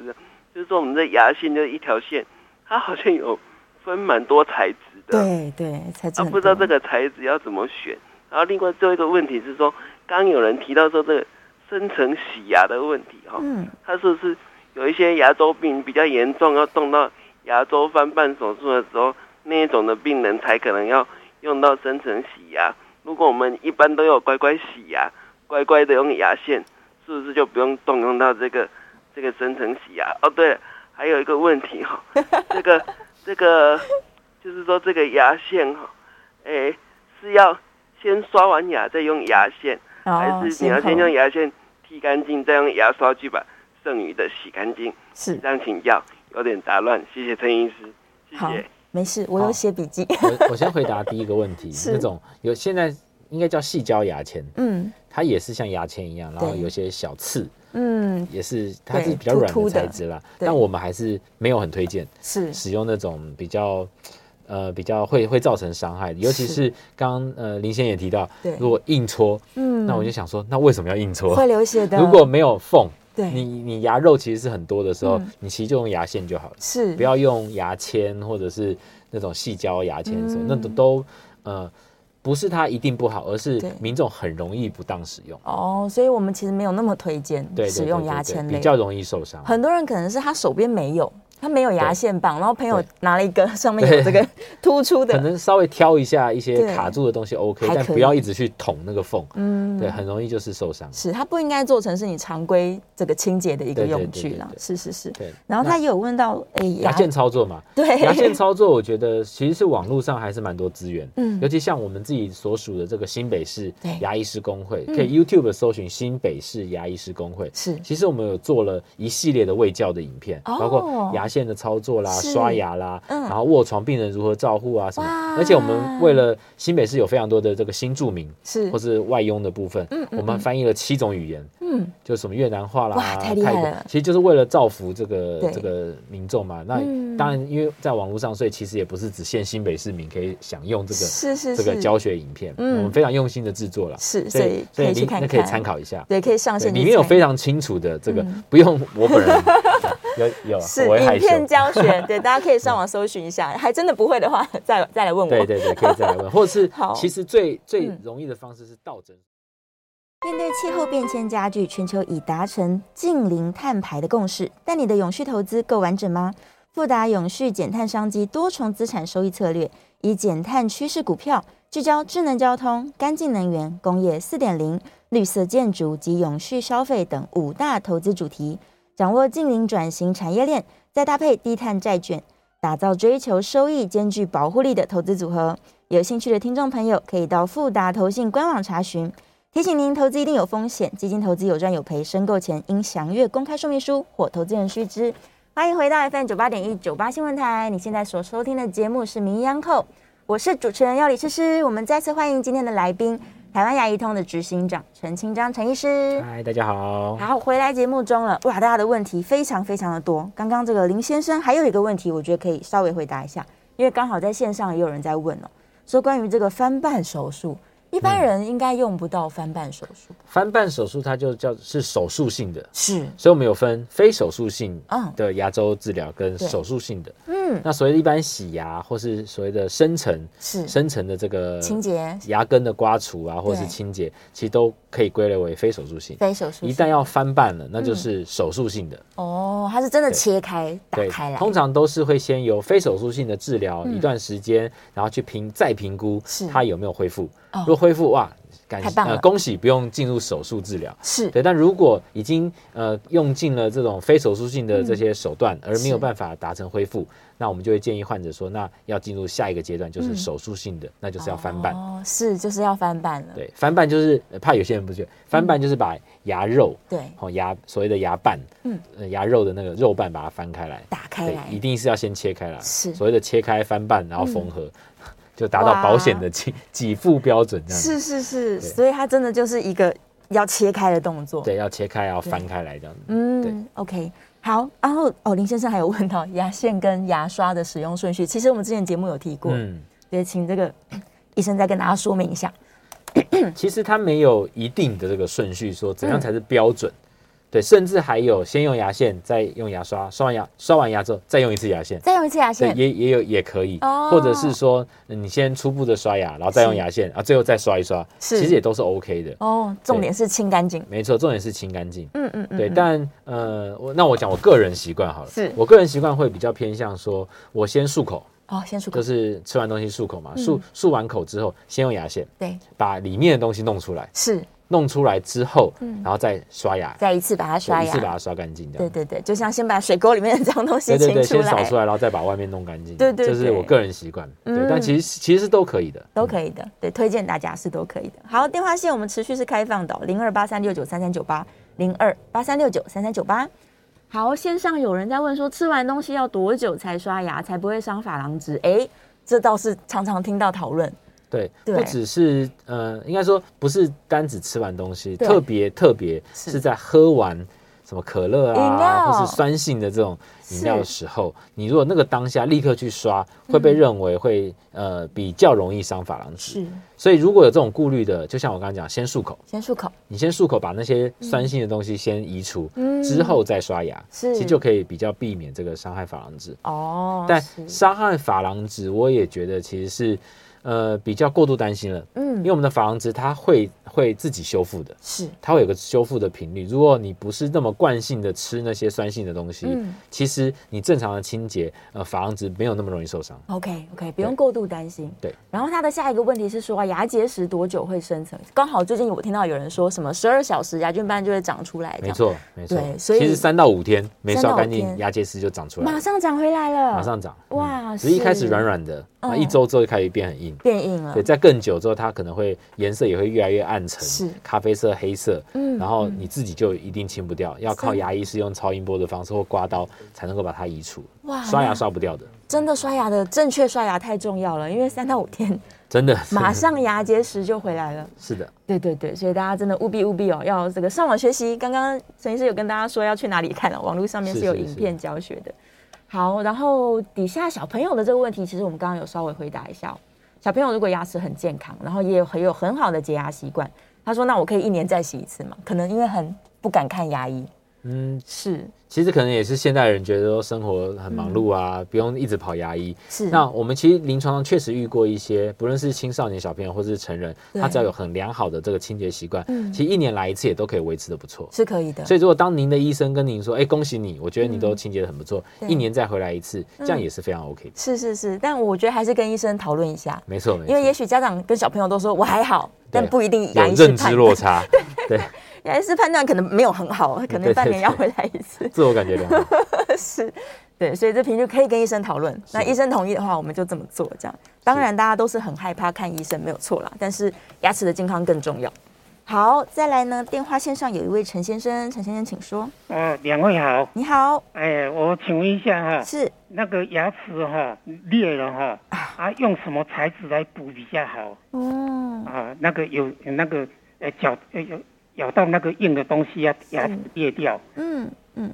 [SPEAKER 6] 就是说我们的牙线就是一条线，它好像有分蛮多材质的，
[SPEAKER 2] 对对，才
[SPEAKER 6] 啊，不知道这个材质要怎么选。然后另外最后一个问题是说，刚有人提到说这个深层洗牙的问题哈、哦，
[SPEAKER 2] 嗯
[SPEAKER 6] 他是不是有一些牙周病比较严重，要动到牙周翻瓣手术的时候，那一种的病人才可能要用到深层洗牙？如果我们一般都有乖乖洗牙，乖乖的用牙线，是不是就不用动用到这个这个深层洗牙？哦，对了，还有一个问题哈、哦，这个这个就是说这个牙线哈、哦，哎，是要先刷完牙再用牙线，
[SPEAKER 2] 哦
[SPEAKER 6] 还是你要先用牙线剃干净，再用牙刷去把剩余的洗干净？
[SPEAKER 2] 是
[SPEAKER 6] 以上请教，有点杂乱，谢谢陈医师，谢
[SPEAKER 2] 好
[SPEAKER 6] 谢。，
[SPEAKER 2] 没事，我有
[SPEAKER 3] 好
[SPEAKER 2] 写笔记。 ，
[SPEAKER 3] 我我先回答第一个问题
[SPEAKER 2] 是
[SPEAKER 3] 那种有现在应该叫细胶牙签，
[SPEAKER 2] 嗯
[SPEAKER 3] 它也是像牙签一样，然后
[SPEAKER 2] 对
[SPEAKER 3] 有些小刺，
[SPEAKER 2] 嗯，
[SPEAKER 3] 也是它
[SPEAKER 2] 对
[SPEAKER 3] 是比较软
[SPEAKER 2] 凸凸
[SPEAKER 3] 的
[SPEAKER 2] 的
[SPEAKER 3] 材质啦。
[SPEAKER 2] 对
[SPEAKER 3] 但我们还是没有很推荐
[SPEAKER 2] 是
[SPEAKER 3] 使用那种比较。呃，比较会会造成伤害，尤其
[SPEAKER 2] 是
[SPEAKER 3] 是刚刚呃林先也提到
[SPEAKER 2] 对，
[SPEAKER 3] 如果硬搓，
[SPEAKER 2] 嗯，
[SPEAKER 3] 那我就想说，那为什么要硬搓？
[SPEAKER 2] 会流血的。
[SPEAKER 3] 如果没有缝，
[SPEAKER 2] 对
[SPEAKER 3] 你你牙肉其实是很多的时候，
[SPEAKER 2] 哎嗯
[SPEAKER 3] 你其实就用牙线就好了，
[SPEAKER 2] 是
[SPEAKER 3] 不要用牙签或者是那种细胶牙签什么，
[SPEAKER 2] 嗯
[SPEAKER 3] 那都都呃不是它一定不好，而是
[SPEAKER 2] 对
[SPEAKER 3] 民众很容易不当使用，
[SPEAKER 2] 哦，所以我们其实没有那么推荐
[SPEAKER 3] 对，对
[SPEAKER 2] 使
[SPEAKER 3] 对
[SPEAKER 2] 用
[SPEAKER 3] 对
[SPEAKER 2] 牙
[SPEAKER 3] 对
[SPEAKER 2] 签类
[SPEAKER 3] 比。较容易受伤。
[SPEAKER 2] 很多人可能是他手边没有，他没有牙
[SPEAKER 3] 对
[SPEAKER 2] 线棒，然后朋友
[SPEAKER 3] 对
[SPEAKER 2] 拿了一个上面有这个突出
[SPEAKER 3] 可
[SPEAKER 2] 的，
[SPEAKER 3] 能稍微挑一下一
[SPEAKER 2] 对
[SPEAKER 3] 些卡住的东西 OK，
[SPEAKER 2] 还
[SPEAKER 3] 但
[SPEAKER 2] 可
[SPEAKER 3] 不要
[SPEAKER 2] 以
[SPEAKER 3] 一直去捅那个缝，
[SPEAKER 2] 嗯
[SPEAKER 3] 对，很容易就是受伤。
[SPEAKER 2] 是它不应该做成是你常规这个清洁的一个
[SPEAKER 3] 对对
[SPEAKER 2] 用
[SPEAKER 3] 对对
[SPEAKER 2] 具啦
[SPEAKER 3] 对，对
[SPEAKER 2] 是是是。
[SPEAKER 3] 对，
[SPEAKER 2] 然后
[SPEAKER 3] 那
[SPEAKER 2] 他也有问到，哎，
[SPEAKER 3] 牙线操作嘛，
[SPEAKER 2] 对
[SPEAKER 3] 牙线操作，我觉得其实是网络上还是蛮多资源，
[SPEAKER 2] 嗯
[SPEAKER 3] 尤其像我们自己所属的这个新北市
[SPEAKER 2] 对
[SPEAKER 3] 牙医师工会，
[SPEAKER 2] 嗯
[SPEAKER 3] 可以 YouTube 搜寻新北市牙医师工会。
[SPEAKER 2] 是
[SPEAKER 3] 其实我们有做了一系列的卫教的影片，
[SPEAKER 2] 哦
[SPEAKER 3] 包括牙线的操作啦、
[SPEAKER 2] 是
[SPEAKER 3] 刷牙啦，
[SPEAKER 2] 嗯
[SPEAKER 3] 然后卧床病人如何照护啊什
[SPEAKER 2] 哇
[SPEAKER 3] 么。而且我们为了新北市有非常多的这个新住民
[SPEAKER 2] 是
[SPEAKER 3] 或是外佣的部分，
[SPEAKER 2] 嗯嗯
[SPEAKER 3] 我们翻译了七种语言，
[SPEAKER 2] 嗯
[SPEAKER 3] 就什么越南话啦，
[SPEAKER 2] 哇太厉害
[SPEAKER 3] 国
[SPEAKER 2] 了
[SPEAKER 3] 其实就是为了造福这个
[SPEAKER 2] 对
[SPEAKER 3] 这个民众嘛。那
[SPEAKER 2] 嗯
[SPEAKER 3] 当然，因为在网络上，所以其实也不是只限新北市民可以享用这个
[SPEAKER 2] 是是
[SPEAKER 3] 这个
[SPEAKER 2] 是
[SPEAKER 3] 教学影片，
[SPEAKER 2] 嗯
[SPEAKER 3] 我们非常用心的制作了，
[SPEAKER 2] 是所
[SPEAKER 3] 所
[SPEAKER 2] 以
[SPEAKER 3] 以
[SPEAKER 2] 可
[SPEAKER 3] 所
[SPEAKER 2] 以
[SPEAKER 3] 以
[SPEAKER 2] 去
[SPEAKER 3] 您
[SPEAKER 2] 看
[SPEAKER 3] 那可以
[SPEAKER 2] 看
[SPEAKER 3] 参考一下。
[SPEAKER 2] 对，可以上
[SPEAKER 3] 对，
[SPEAKER 2] 线去
[SPEAKER 3] 里面有
[SPEAKER 2] 参
[SPEAKER 3] 非常清楚的这个
[SPEAKER 2] 嗯，
[SPEAKER 3] 不用我 本人有有，啊
[SPEAKER 2] 是
[SPEAKER 3] 我会害
[SPEAKER 2] 影
[SPEAKER 3] 羞。
[SPEAKER 2] 片教学，对，大家可以 上网搜寻一下，还真的不会的话，再再来问我。
[SPEAKER 3] 对对对，可以再来问，或者是
[SPEAKER 2] 好
[SPEAKER 3] 其实最最
[SPEAKER 2] 嗯
[SPEAKER 3] 容易的方式是到诊所。
[SPEAKER 2] 面对气候变迁加剧，全球已达成近零碳排的共识，但你的永续投资够完整吗？富达永续减碳商机多重资产收益策略，以减碳趋势股票聚焦智能交通、干净能源、工业四点零、绿色建筑及永续消费等五大投资主题，掌握近零转型产业链，再搭配低碳债券，打造追求收益兼具保护力的投资组合。有兴趣的听众朋友可以到富达投信官网查询。提醒您，投资一定有风险，基金投资有赚有赔，申购前应详阅公开说明书或投资人须知。欢迎回到 FM 九八点一九八新闻台，你现在所收听的节目是《名医央叩》，我是主持人要李诗诗。我们再次欢迎今天的来宾，台湾牙医通的执行长陈清章陈医师。
[SPEAKER 3] 嗨，大家好。
[SPEAKER 2] 好，回来节目中了，哇，大家的问题非常非常的多。刚刚这个林先生还有一个问题，我觉得可以稍微回答一下，因为刚好在线上也有人在问哦，说关于这个翻瓣手术，一般人应该用不到翻瓣手术，
[SPEAKER 3] 翻瓣手术它就叫是手术性的，
[SPEAKER 2] 是，
[SPEAKER 3] 所以我们有分非手术性
[SPEAKER 2] 嗯
[SPEAKER 3] 的牙周治疗跟
[SPEAKER 2] 对
[SPEAKER 3] 手术性的。
[SPEAKER 2] 嗯，
[SPEAKER 3] 那所谓的一般洗牙或是所谓的深层
[SPEAKER 2] 是
[SPEAKER 3] 深层的这个
[SPEAKER 2] 清洁
[SPEAKER 3] 牙根的刮除啊，或是
[SPEAKER 2] 对
[SPEAKER 3] 清洁，其实都可以归类为非手术性。
[SPEAKER 2] 非手术性，
[SPEAKER 3] 一旦要翻瓣了，那就是手术性的。
[SPEAKER 2] 哦，它是真的
[SPEAKER 3] 对
[SPEAKER 2] 切开打
[SPEAKER 3] 对
[SPEAKER 2] 开，来，嗯
[SPEAKER 3] 通常都是会先由非手术性的治疗一段时间，然后去评再评估
[SPEAKER 2] 是
[SPEAKER 3] 它有没有恢复。
[SPEAKER 2] 哦
[SPEAKER 3] 如果恢复，哇，感
[SPEAKER 2] 太棒了
[SPEAKER 3] 呃恭喜，不用进入手术治疗。
[SPEAKER 2] 是
[SPEAKER 3] 对，但如果已经呃用尽了这种非手术性
[SPEAKER 2] 嗯
[SPEAKER 3] 的这些手段，而没有办法达成恢复，那我们就会建议患者说，那要进入下一个阶段，就是手术性的，那就是要翻瓣。
[SPEAKER 2] 嗯哦，是就是要翻瓣了，
[SPEAKER 3] 对，翻瓣就是呃怕有些人不觉得，翻瓣就是把牙肉，
[SPEAKER 2] 嗯对，
[SPEAKER 3] 哦牙所谓的牙瓣，
[SPEAKER 2] 嗯
[SPEAKER 3] 呃牙肉的那个肉瓣把它翻开来，
[SPEAKER 2] 打开
[SPEAKER 3] 对，
[SPEAKER 2] 来
[SPEAKER 3] 一，定是要先切开来，
[SPEAKER 2] 是嗯
[SPEAKER 3] 所谓的切开翻瓣，然后缝合， 就达到保险的给给付标准这样
[SPEAKER 2] 是
[SPEAKER 3] 子。
[SPEAKER 2] 是是，
[SPEAKER 3] 对
[SPEAKER 2] 所以它真的就是一个要切开的动作，
[SPEAKER 3] 对，要切开，然后翻开来这样子。
[SPEAKER 2] 嗯，OK，好。然后哦，林先生还有问到 牙线跟牙刷的使用顺序，其实我们之前节目有提过，
[SPEAKER 3] 嗯。
[SPEAKER 2] 也请这个 医生再跟大家说明一下。
[SPEAKER 3] 其实它没有一定的这个顺序，说怎样才是标准。对，甚至还有先用牙线，再用牙刷，刷完牙刷完牙之后再用一次牙线，
[SPEAKER 2] 再用一次牙
[SPEAKER 3] 对，
[SPEAKER 2] 线，
[SPEAKER 3] 也也有也可以，
[SPEAKER 2] 哦
[SPEAKER 3] 或者是说嗯你先初步的刷牙，然后再用
[SPEAKER 2] 是
[SPEAKER 3] 牙线，啊，最后再刷一刷，
[SPEAKER 2] 是
[SPEAKER 3] 其实也都是 OK 的。
[SPEAKER 2] 哦，重点是清干净。
[SPEAKER 3] 没错，重点是清干净。
[SPEAKER 2] 嗯嗯嗯，
[SPEAKER 3] 对，
[SPEAKER 2] 嗯
[SPEAKER 3] 但呃，我那我讲我个人习惯好了，
[SPEAKER 2] 是
[SPEAKER 3] 我个人习惯会比较偏向说，我先漱口，
[SPEAKER 2] 哦，先漱口，
[SPEAKER 3] 就是吃完东西漱口嘛，
[SPEAKER 2] 嗯
[SPEAKER 3] 漱漱完口之后，先用牙线
[SPEAKER 2] 对，
[SPEAKER 3] 把里面的东西弄出来，
[SPEAKER 2] 是
[SPEAKER 3] 弄出来之后，
[SPEAKER 2] 嗯
[SPEAKER 3] 然后再刷牙，
[SPEAKER 2] 再一次把它刷
[SPEAKER 3] 对一次把
[SPEAKER 2] 牙。
[SPEAKER 3] 它刷干净，这
[SPEAKER 2] 对
[SPEAKER 3] 样。
[SPEAKER 2] 对对，就像先把水沟里面的脏东西
[SPEAKER 3] 对对
[SPEAKER 2] 清
[SPEAKER 3] 对，
[SPEAKER 2] 出
[SPEAKER 3] 先扫
[SPEAKER 2] 来
[SPEAKER 3] 出，来，然后再把外面弄干净。
[SPEAKER 2] 对对
[SPEAKER 3] 这是
[SPEAKER 2] 对
[SPEAKER 3] 我个人习惯。对，
[SPEAKER 2] 嗯
[SPEAKER 3] 但其实其实都可以的。
[SPEAKER 2] 都
[SPEAKER 3] 以。
[SPEAKER 2] 可以的。对，推荐大家是都可以的。好，电话线我们持续是开放的，哦零二八三六九三三九八，零二八三六九三三九八。好，线上有人在问说，吃完东西要多久才刷牙，才不会伤珐琅质？哎，这倒是常常听到讨论。
[SPEAKER 3] 对，
[SPEAKER 2] 对
[SPEAKER 3] 不只是呃，应该说不是单只吃完东西，
[SPEAKER 2] 对
[SPEAKER 3] 特别特别
[SPEAKER 2] 是
[SPEAKER 3] 是在喝完什么可乐
[SPEAKER 2] 饮料
[SPEAKER 3] 啊，或是酸性的这种饮料的时候，你如果那个当下立刻去刷，会被认为会、呃比较容易伤珐琅质。
[SPEAKER 2] 嗯是
[SPEAKER 3] 所以如果有这种顾虑的，就像我刚刚讲，先漱口，
[SPEAKER 2] 先漱口，
[SPEAKER 3] 你先漱口，把那些酸性的东西先移除，
[SPEAKER 2] 嗯
[SPEAKER 3] 之后再刷牙，
[SPEAKER 2] 是
[SPEAKER 3] 其实就可以比较避免这个伤害珐琅质。
[SPEAKER 2] 哦，
[SPEAKER 3] 但
[SPEAKER 2] 是
[SPEAKER 3] 伤害珐琅质，我也觉得其实是呃比较过度担心了。
[SPEAKER 2] 嗯
[SPEAKER 3] 因为我们的珐琅质它会会自己修复的，
[SPEAKER 2] 是
[SPEAKER 3] 它会有个修复的频率。如果你不是那么惯性的吃那些酸性的东西，
[SPEAKER 2] 嗯
[SPEAKER 3] 其实你正常的清洁，呃，珐琅质没有那么容易受伤。
[SPEAKER 2] OK OK，不用过度担心。
[SPEAKER 3] 对，
[SPEAKER 2] 然后他的下一个问题是说啊，牙结石多久会生成？刚好最近我听到有人说什么十二小时牙菌斑就会长出来，这
[SPEAKER 3] 没
[SPEAKER 2] 样，
[SPEAKER 3] 错，没错
[SPEAKER 2] 啊对。所以
[SPEAKER 3] 其实三到五天没
[SPEAKER 2] 三到
[SPEAKER 3] 刷
[SPEAKER 2] 五
[SPEAKER 3] 干
[SPEAKER 2] 天
[SPEAKER 3] 净，牙结石就长出来
[SPEAKER 2] 马
[SPEAKER 3] 了，
[SPEAKER 2] 上长回来了，
[SPEAKER 3] 马上长。
[SPEAKER 2] 哇
[SPEAKER 3] 嗯只是一开
[SPEAKER 2] 是
[SPEAKER 3] 始软软的，那
[SPEAKER 2] 嗯
[SPEAKER 3] 一周之后就开始变很硬。
[SPEAKER 2] 变硬了
[SPEAKER 3] 对，。在更久之后，它可能会颜色也会越来越暗沉，
[SPEAKER 2] 是
[SPEAKER 3] 咖啡色、黑色，
[SPEAKER 2] 嗯
[SPEAKER 3] 然后你自己就一定清不掉，要靠
[SPEAKER 2] 真的
[SPEAKER 3] 牙医是用超音波的方式或刮刀才能够把它移除，
[SPEAKER 2] 哇
[SPEAKER 3] 刷
[SPEAKER 2] 那
[SPEAKER 3] 牙刷不掉的，
[SPEAKER 2] 真的刷牙的正确刷牙太重要了，因为三到五 天
[SPEAKER 3] 真的，
[SPEAKER 2] 马上牙结石就回来了。
[SPEAKER 3] 是的，
[SPEAKER 2] 对对对，所以大家真的务必务必哦，要这个上网学习。刚刚陈医师有跟大家说要去哪里看了、网络上面是有
[SPEAKER 3] 是是
[SPEAKER 2] 影片教学的。好，然后底下小朋友的这个问题，其实我们刚刚有稍微回答一下哦、小朋友如果牙齿很健康，然后也有很有很好的洁牙习惯，他说那我可以一年再洗一次嘛？可能因为很不敢看牙医，
[SPEAKER 3] 嗯，
[SPEAKER 2] 是
[SPEAKER 3] 其实可能也是现代人觉得说生活很忙碌啊，不用一直跑牙医。
[SPEAKER 2] 嗯是，
[SPEAKER 3] 那我们其实临床上确实遇过一些，不论是青少年小朋友或是成人，
[SPEAKER 2] 对
[SPEAKER 3] 他只要有很良好的这个清洁习惯，
[SPEAKER 2] 嗯
[SPEAKER 3] 其实一年来一次也都可以维持的不错。
[SPEAKER 2] 是可以的。
[SPEAKER 3] 所以，如果当您的医生跟您说：“哎、恭喜你，我觉得你
[SPEAKER 2] 嗯
[SPEAKER 3] 都清洁的很不错，
[SPEAKER 2] 对
[SPEAKER 3] 一年再回来一次，这样
[SPEAKER 2] 嗯
[SPEAKER 3] 也是非常 OK 的。
[SPEAKER 2] 是是是，但我觉得还是跟医生讨论一下，
[SPEAKER 3] 没错，没错，
[SPEAKER 2] 因为也许家长跟小朋友都说我还好，但
[SPEAKER 3] 对
[SPEAKER 2] 不一定牙
[SPEAKER 3] 有
[SPEAKER 2] 医是
[SPEAKER 3] 认知
[SPEAKER 2] 判
[SPEAKER 3] 落 差，对，
[SPEAKER 2] 牙医师判断可能没有很 好，可能
[SPEAKER 3] 对
[SPEAKER 2] 半年
[SPEAKER 3] 对
[SPEAKER 2] 要回来一次。
[SPEAKER 3] 自我感觉 良好。
[SPEAKER 2] 是，对，所以这频率可以跟医生讨论。那医生同意的话，我们就这么做。这样，当然大家都是很害怕看医生，没有错啦。但是牙齿的健康更重要。好，再来呢，电话线上有一位陈先生，陈先生请说。
[SPEAKER 7] 哦，两位好，
[SPEAKER 2] 你好，
[SPEAKER 7] 哎，我请问一下哈，
[SPEAKER 2] 是
[SPEAKER 7] 啊那个牙齿哈裂了哈，啊，用什么材质来补比较好
[SPEAKER 2] 哦，
[SPEAKER 7] 啊？那个有有那个呃咬呃有咬到那个硬的东西啊，牙齿裂掉，
[SPEAKER 2] 嗯嗯，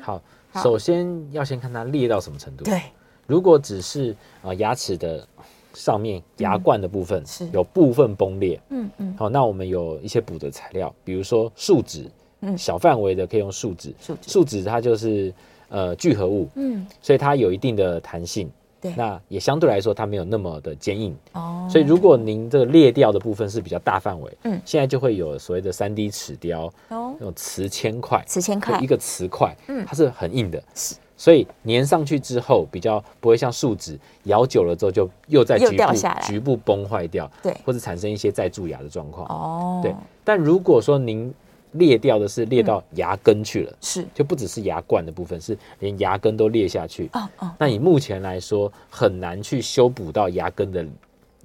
[SPEAKER 3] 好
[SPEAKER 2] 好，
[SPEAKER 3] 首先要先看它裂到什么程度。
[SPEAKER 2] 对，
[SPEAKER 3] 如果只是啊、呃牙齿的上面牙冠的部分、
[SPEAKER 2] 嗯是
[SPEAKER 3] 有部分崩裂，
[SPEAKER 2] 嗯嗯，
[SPEAKER 3] 好、那我们有一些补的材料，比如说树脂，
[SPEAKER 2] 嗯
[SPEAKER 3] 小范围的可以用树脂，
[SPEAKER 2] 树脂
[SPEAKER 3] 树脂它就是呃聚合物，
[SPEAKER 2] 嗯，
[SPEAKER 3] 所以它有一定的弹性，
[SPEAKER 2] 对
[SPEAKER 3] 那也相对来说它没有那么的坚硬，
[SPEAKER 2] 哦
[SPEAKER 3] 所以如果您这个裂掉的部分是比较大范围，
[SPEAKER 2] 嗯
[SPEAKER 3] 现在就会有所谓的三 D 齿雕，
[SPEAKER 2] 哦
[SPEAKER 3] 那，种磁铅块，
[SPEAKER 2] 磁铅块
[SPEAKER 3] 就一个磁块，
[SPEAKER 2] 嗯
[SPEAKER 3] 它是很硬的
[SPEAKER 2] 是，
[SPEAKER 3] 所以粘上去之后比较不会像树脂咬久了之后就又在
[SPEAKER 2] 又
[SPEAKER 3] 局
[SPEAKER 2] 掉
[SPEAKER 3] 部
[SPEAKER 2] 下来
[SPEAKER 3] 局部崩坏掉，
[SPEAKER 2] 对
[SPEAKER 3] 或者产生一些再蛀牙的状况。
[SPEAKER 2] 哦，
[SPEAKER 3] 对，但如果说您裂掉的是裂到牙根去了，
[SPEAKER 2] 嗯是，
[SPEAKER 3] 就不只是牙冠的部分，是连牙根都裂下去。
[SPEAKER 2] 哦哦，
[SPEAKER 3] 那以目前来说，很难去修补到牙根的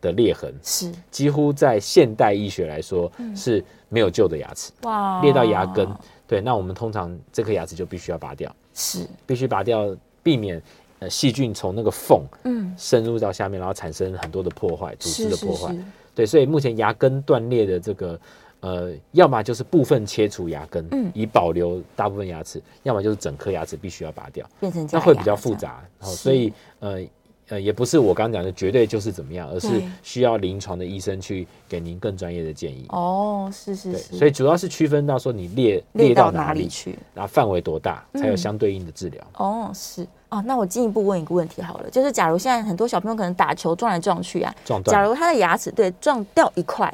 [SPEAKER 3] 的裂痕，
[SPEAKER 2] 是
[SPEAKER 3] 几乎在现代医学来说、是没有救的牙齿。
[SPEAKER 2] 嗯哇
[SPEAKER 3] 裂到牙根，对，那我们通常这颗牙齿就必须要拔掉，
[SPEAKER 2] 是，
[SPEAKER 3] 必须拔掉，避免呃细菌从那个缝
[SPEAKER 2] 嗯，
[SPEAKER 3] 深入到下面，然后产生很多的破坏，组织
[SPEAKER 2] 是
[SPEAKER 3] 的
[SPEAKER 2] 是
[SPEAKER 3] 破坏。
[SPEAKER 2] 是，
[SPEAKER 3] 对，所以目前牙根断裂的这个。呃，要么就是部分切除牙根，
[SPEAKER 2] 嗯
[SPEAKER 3] 以保留大部分牙齿；要么就是整颗牙齿必须要拔掉，
[SPEAKER 2] 变成
[SPEAKER 3] 那
[SPEAKER 2] 假
[SPEAKER 3] 会
[SPEAKER 2] 牙
[SPEAKER 3] 比较
[SPEAKER 2] 这
[SPEAKER 3] 复
[SPEAKER 2] 样，
[SPEAKER 3] 杂。然后，
[SPEAKER 2] 是
[SPEAKER 3] 所以呃呃，也不是我刚刚讲的绝对就是怎么样，而是
[SPEAKER 2] 对
[SPEAKER 3] 需要临床的医生去给您更专业的建议。
[SPEAKER 2] 哦，是是
[SPEAKER 3] 对，
[SPEAKER 2] 是，
[SPEAKER 3] 所以主要是区分到说你裂
[SPEAKER 2] 裂到
[SPEAKER 3] 到
[SPEAKER 2] 哪里
[SPEAKER 3] 里
[SPEAKER 2] 去？
[SPEAKER 3] 然后范围多大，才有
[SPEAKER 2] 嗯
[SPEAKER 3] 相对应的治疗。
[SPEAKER 2] 哦，是哦，那我进一步问一个问题好了，就是假如现在很多小朋友可能打球撞来撞去啊，
[SPEAKER 3] 撞断
[SPEAKER 2] 假如他的牙齿对撞掉一块，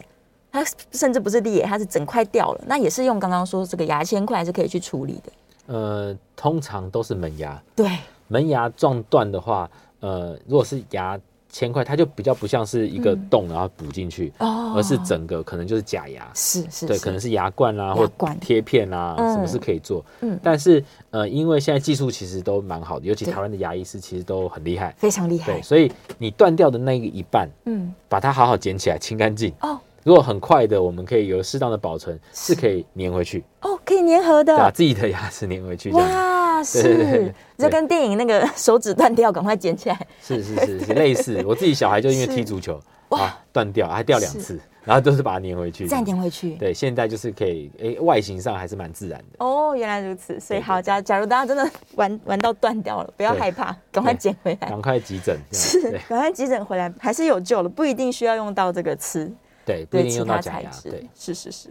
[SPEAKER 2] 他甚至不是裂，他是整块掉了，那也是用刚刚说这个牙签块是可以去处理的。
[SPEAKER 3] 呃，通常都是门牙，
[SPEAKER 2] 对，
[SPEAKER 3] 门牙撞断的话，呃，如果是牙嵌块，它就比较不像是一个
[SPEAKER 2] 嗯
[SPEAKER 3] 洞然后补进去，
[SPEAKER 2] 哦
[SPEAKER 3] 而是整个可能就是假牙。
[SPEAKER 2] 是是
[SPEAKER 3] 对，
[SPEAKER 2] 是
[SPEAKER 3] 可能是牙冠啦、或
[SPEAKER 2] 牙冠
[SPEAKER 3] 贴片啦、
[SPEAKER 2] 嗯
[SPEAKER 3] 什么是可以做。
[SPEAKER 2] 嗯
[SPEAKER 3] 但是呃，因为现在技术其实都蛮好的，尤其
[SPEAKER 2] 对
[SPEAKER 3] 台湾的牙医师其实都很厉害。
[SPEAKER 2] 非常厉害
[SPEAKER 3] 对，。所以你断掉的那个一半，
[SPEAKER 2] 嗯，
[SPEAKER 3] 把它好好捡起来，清干净。
[SPEAKER 2] 哦
[SPEAKER 3] 如果很快的，我们可以有适当的保存，是可以粘回去，
[SPEAKER 2] 哦，可以粘合
[SPEAKER 3] 把
[SPEAKER 2] 的，
[SPEAKER 3] 自己的牙齿粘回去这样子。
[SPEAKER 2] 哇，
[SPEAKER 3] 啊对对对
[SPEAKER 2] 是，这跟电影那个 手指断掉，赶快捡起来。
[SPEAKER 3] 是是是是类似，我自己小孩就因为踢足球啊断掉，还掉两
[SPEAKER 2] 是
[SPEAKER 3] 次，然后都是把它粘回去，
[SPEAKER 2] 再粘回去。
[SPEAKER 3] 对，现在就是可以，诶，外形上还是蛮自然的。
[SPEAKER 2] 哦，原来如此。所以
[SPEAKER 3] 对对
[SPEAKER 2] 好，假假如大家真 的玩玩到断掉了，不要
[SPEAKER 3] 对
[SPEAKER 2] 害怕，赶快
[SPEAKER 3] 对
[SPEAKER 2] 捡回 来。
[SPEAKER 3] 赶快急诊，这样
[SPEAKER 2] 是
[SPEAKER 3] 对，
[SPEAKER 2] 赶快急诊回来，还是有救了，不一定需要用到这个刺，
[SPEAKER 3] 对，不
[SPEAKER 2] 对
[SPEAKER 3] 一定
[SPEAKER 2] 其
[SPEAKER 3] 用到
[SPEAKER 2] 他
[SPEAKER 3] 假
[SPEAKER 2] 材
[SPEAKER 3] 牙，
[SPEAKER 2] 质
[SPEAKER 3] 对，，
[SPEAKER 2] 是是是。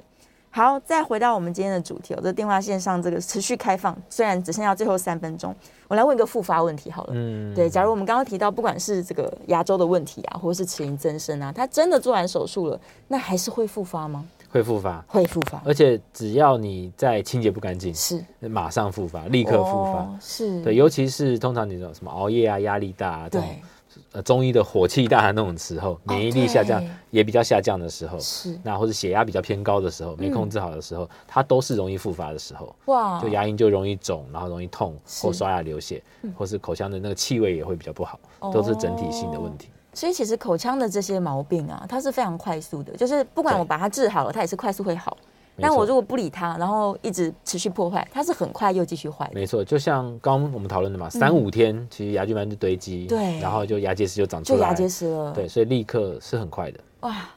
[SPEAKER 2] 好，再回到我们今天的主题哦，这电话线上这个持续开放，虽然只剩下最后三分钟，我来问一个复发问题好了。
[SPEAKER 3] 嗯，
[SPEAKER 2] 对，假如我们刚刚提到，不管是这个牙周的问题啊，或者是齿龈增生啊，他真的做完手术了，那还是会复发吗？
[SPEAKER 3] 会复发，
[SPEAKER 2] 会复发，
[SPEAKER 3] 而且只要你再清洁不干净，
[SPEAKER 2] 是哦
[SPEAKER 3] 马上复发，立
[SPEAKER 2] 立
[SPEAKER 3] 刻复发。
[SPEAKER 2] 是，
[SPEAKER 3] 对，尤其是通常你这种什么熬夜啊、压力大啊，这种
[SPEAKER 2] 对哦
[SPEAKER 3] 呃中医的火气大的那种时候， 免疫力下降
[SPEAKER 2] 对
[SPEAKER 3] 也比较下降的时候，
[SPEAKER 2] 是嗯
[SPEAKER 3] 那或者血压比较偏高的时候，没控制好的时候，它都是容易复发的时候。
[SPEAKER 2] 哇，
[SPEAKER 3] 就牙龈就容易肿，然后容易痛，
[SPEAKER 2] 哦是嗯
[SPEAKER 3] 或刷牙流血，或是口腔的那个气味也会比较不好，
[SPEAKER 2] 哦
[SPEAKER 3] 都是整体性的问题。
[SPEAKER 2] 所以其实口腔的这些毛病啊，它是非常快速的，就是不管
[SPEAKER 3] 对
[SPEAKER 2] 我把它治好了，它也是快速会好。
[SPEAKER 3] 没
[SPEAKER 2] 但
[SPEAKER 3] 错
[SPEAKER 2] 我如果不理它，然后一直持续破坏，它是很快又继续坏的。
[SPEAKER 3] 没错，就像刚刚我们讨论的嘛，三五天其实牙菌斑就堆积，
[SPEAKER 2] 对
[SPEAKER 3] 然后就牙结石就长出
[SPEAKER 2] 就
[SPEAKER 3] 来，
[SPEAKER 2] 牙结石了，
[SPEAKER 3] 对，所以立刻是很快的，
[SPEAKER 2] 哇！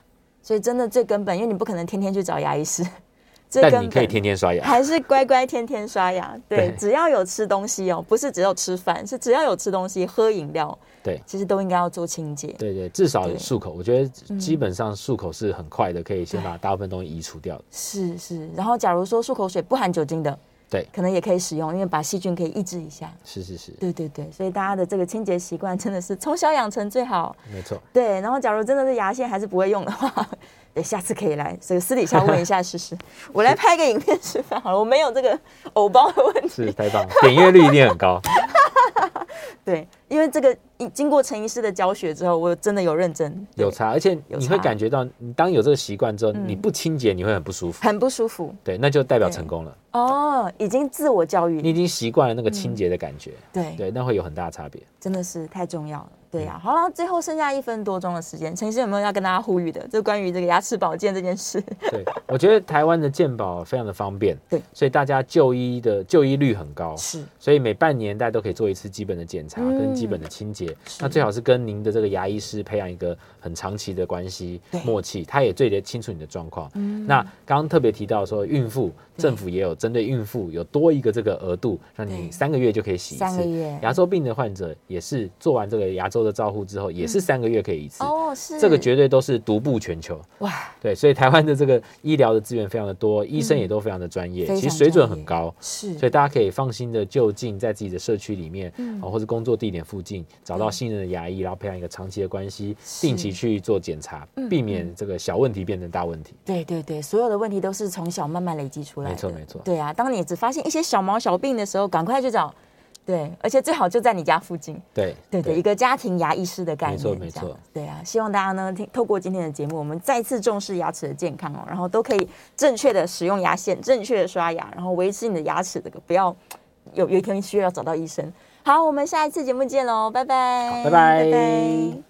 [SPEAKER 2] 所以真的最根本，因为你不可能天天去找牙医师，最
[SPEAKER 3] 但
[SPEAKER 2] 根
[SPEAKER 3] 你可
[SPEAKER 2] 本
[SPEAKER 3] 以天天刷 牙，
[SPEAKER 2] 还是乖乖天天刷牙。对，
[SPEAKER 3] 对
[SPEAKER 2] 只要有吃东西哦，不是只有吃饭，是只要有吃东西、喝饮料，
[SPEAKER 3] 对。
[SPEAKER 2] 其实都应该要做清洁。
[SPEAKER 3] 对对，至少
[SPEAKER 2] 对嗯
[SPEAKER 3] 漱口，我觉得基本上漱口是很快的，可以先把大部分东西移除掉的。
[SPEAKER 2] 是是，然后假如说漱口水不含酒精的，
[SPEAKER 3] 对，
[SPEAKER 2] 可能也可以使用，因为把细菌可以抑制一下。
[SPEAKER 3] 是是是，
[SPEAKER 2] 对对对，所以大家的这个清洁习惯真的是从小养成最好。
[SPEAKER 3] 没错。
[SPEAKER 2] 对，然后假如真的是牙线还是不会用的话， 对，下次可以来这个私底下问一下试 试。我来拍个影片示范好了，我没有这个偶包的问
[SPEAKER 3] 是
[SPEAKER 2] 题。
[SPEAKER 3] 太棒，了， 点阅率一定很高。
[SPEAKER 2] 对，因为这个一经过陈医师的教学之后，我真的有认真， 对
[SPEAKER 3] 有差，而且
[SPEAKER 2] 有
[SPEAKER 3] 你会
[SPEAKER 2] 差嗯
[SPEAKER 3] 感觉到，你当有这个习惯之后，你不清洁你会很不舒服，
[SPEAKER 2] 很不舒服
[SPEAKER 3] 对，那就代表
[SPEAKER 2] 对
[SPEAKER 3] 成功了。
[SPEAKER 2] 哦，已经自我教育
[SPEAKER 3] 你已经习惯了那个清洁的感觉，
[SPEAKER 2] 对嗯
[SPEAKER 3] 对，那会有很大的差别。
[SPEAKER 2] 真的是太重要了。对呀、好了，最后剩下一分多钟的时间，陈医师有没有要跟大家呼吁的？就关于这个牙齿保健这件事，
[SPEAKER 3] 对，我觉得台湾的健保非常的方便，
[SPEAKER 2] 对，
[SPEAKER 3] 所以大家就医的就医率很高，
[SPEAKER 2] 是嗯
[SPEAKER 3] 所以每半年大家都可以做一次基本的检查跟基本的清洁。那最好是跟您的这个牙医师培养一个很长期的关系
[SPEAKER 2] 对嗯
[SPEAKER 3] 默契，他也最得清楚你的状况。那刚刚特别提到说，孕妇政府也有针对孕妇有多一个这个额度，让
[SPEAKER 2] 对
[SPEAKER 3] 你三个月就可以洗一次。
[SPEAKER 2] 三个月
[SPEAKER 3] 牙周病的患者也是做完这个牙周的照护之后，也是三个月可以一次。
[SPEAKER 2] 嗯哦， 是
[SPEAKER 3] 这个绝对都是独步全球，
[SPEAKER 2] 哇，
[SPEAKER 3] 对，所以台湾的这个医疗的资源非常的多，医生也都非常的专业，
[SPEAKER 2] 嗯非常
[SPEAKER 3] 其实水准
[SPEAKER 2] 专业
[SPEAKER 3] 很高，
[SPEAKER 2] 是
[SPEAKER 3] 所以大家可以放心的就近在自己的社区里面，嗯、或者工作地点附近找
[SPEAKER 2] 嗯
[SPEAKER 3] 到信任的牙医，然后培养一个长期的关系，定期去做检查，
[SPEAKER 2] 嗯
[SPEAKER 3] 避免这个小问题变成大问题。
[SPEAKER 2] 对对对，所有的问题都是从小慢慢累积出来的。
[SPEAKER 3] 没错没错
[SPEAKER 2] 对啊，当你只发现一些小毛小病的时候，赶快去找。对，而且最好就在你家附近。
[SPEAKER 3] 对
[SPEAKER 2] 对对，一个家庭牙医师的概念，
[SPEAKER 3] 没错没
[SPEAKER 2] 这样
[SPEAKER 3] 错
[SPEAKER 2] 对啊，希望大家呢，听透过今天的节目，我们再次重视牙齿的健康哦，然后都可以正确的使用牙线，正确的刷牙，然后维持你的牙齿这个，不要有有一天需要找到医生。好，我们下一次节目见喽，拜拜，
[SPEAKER 3] 拜拜
[SPEAKER 2] 拜拜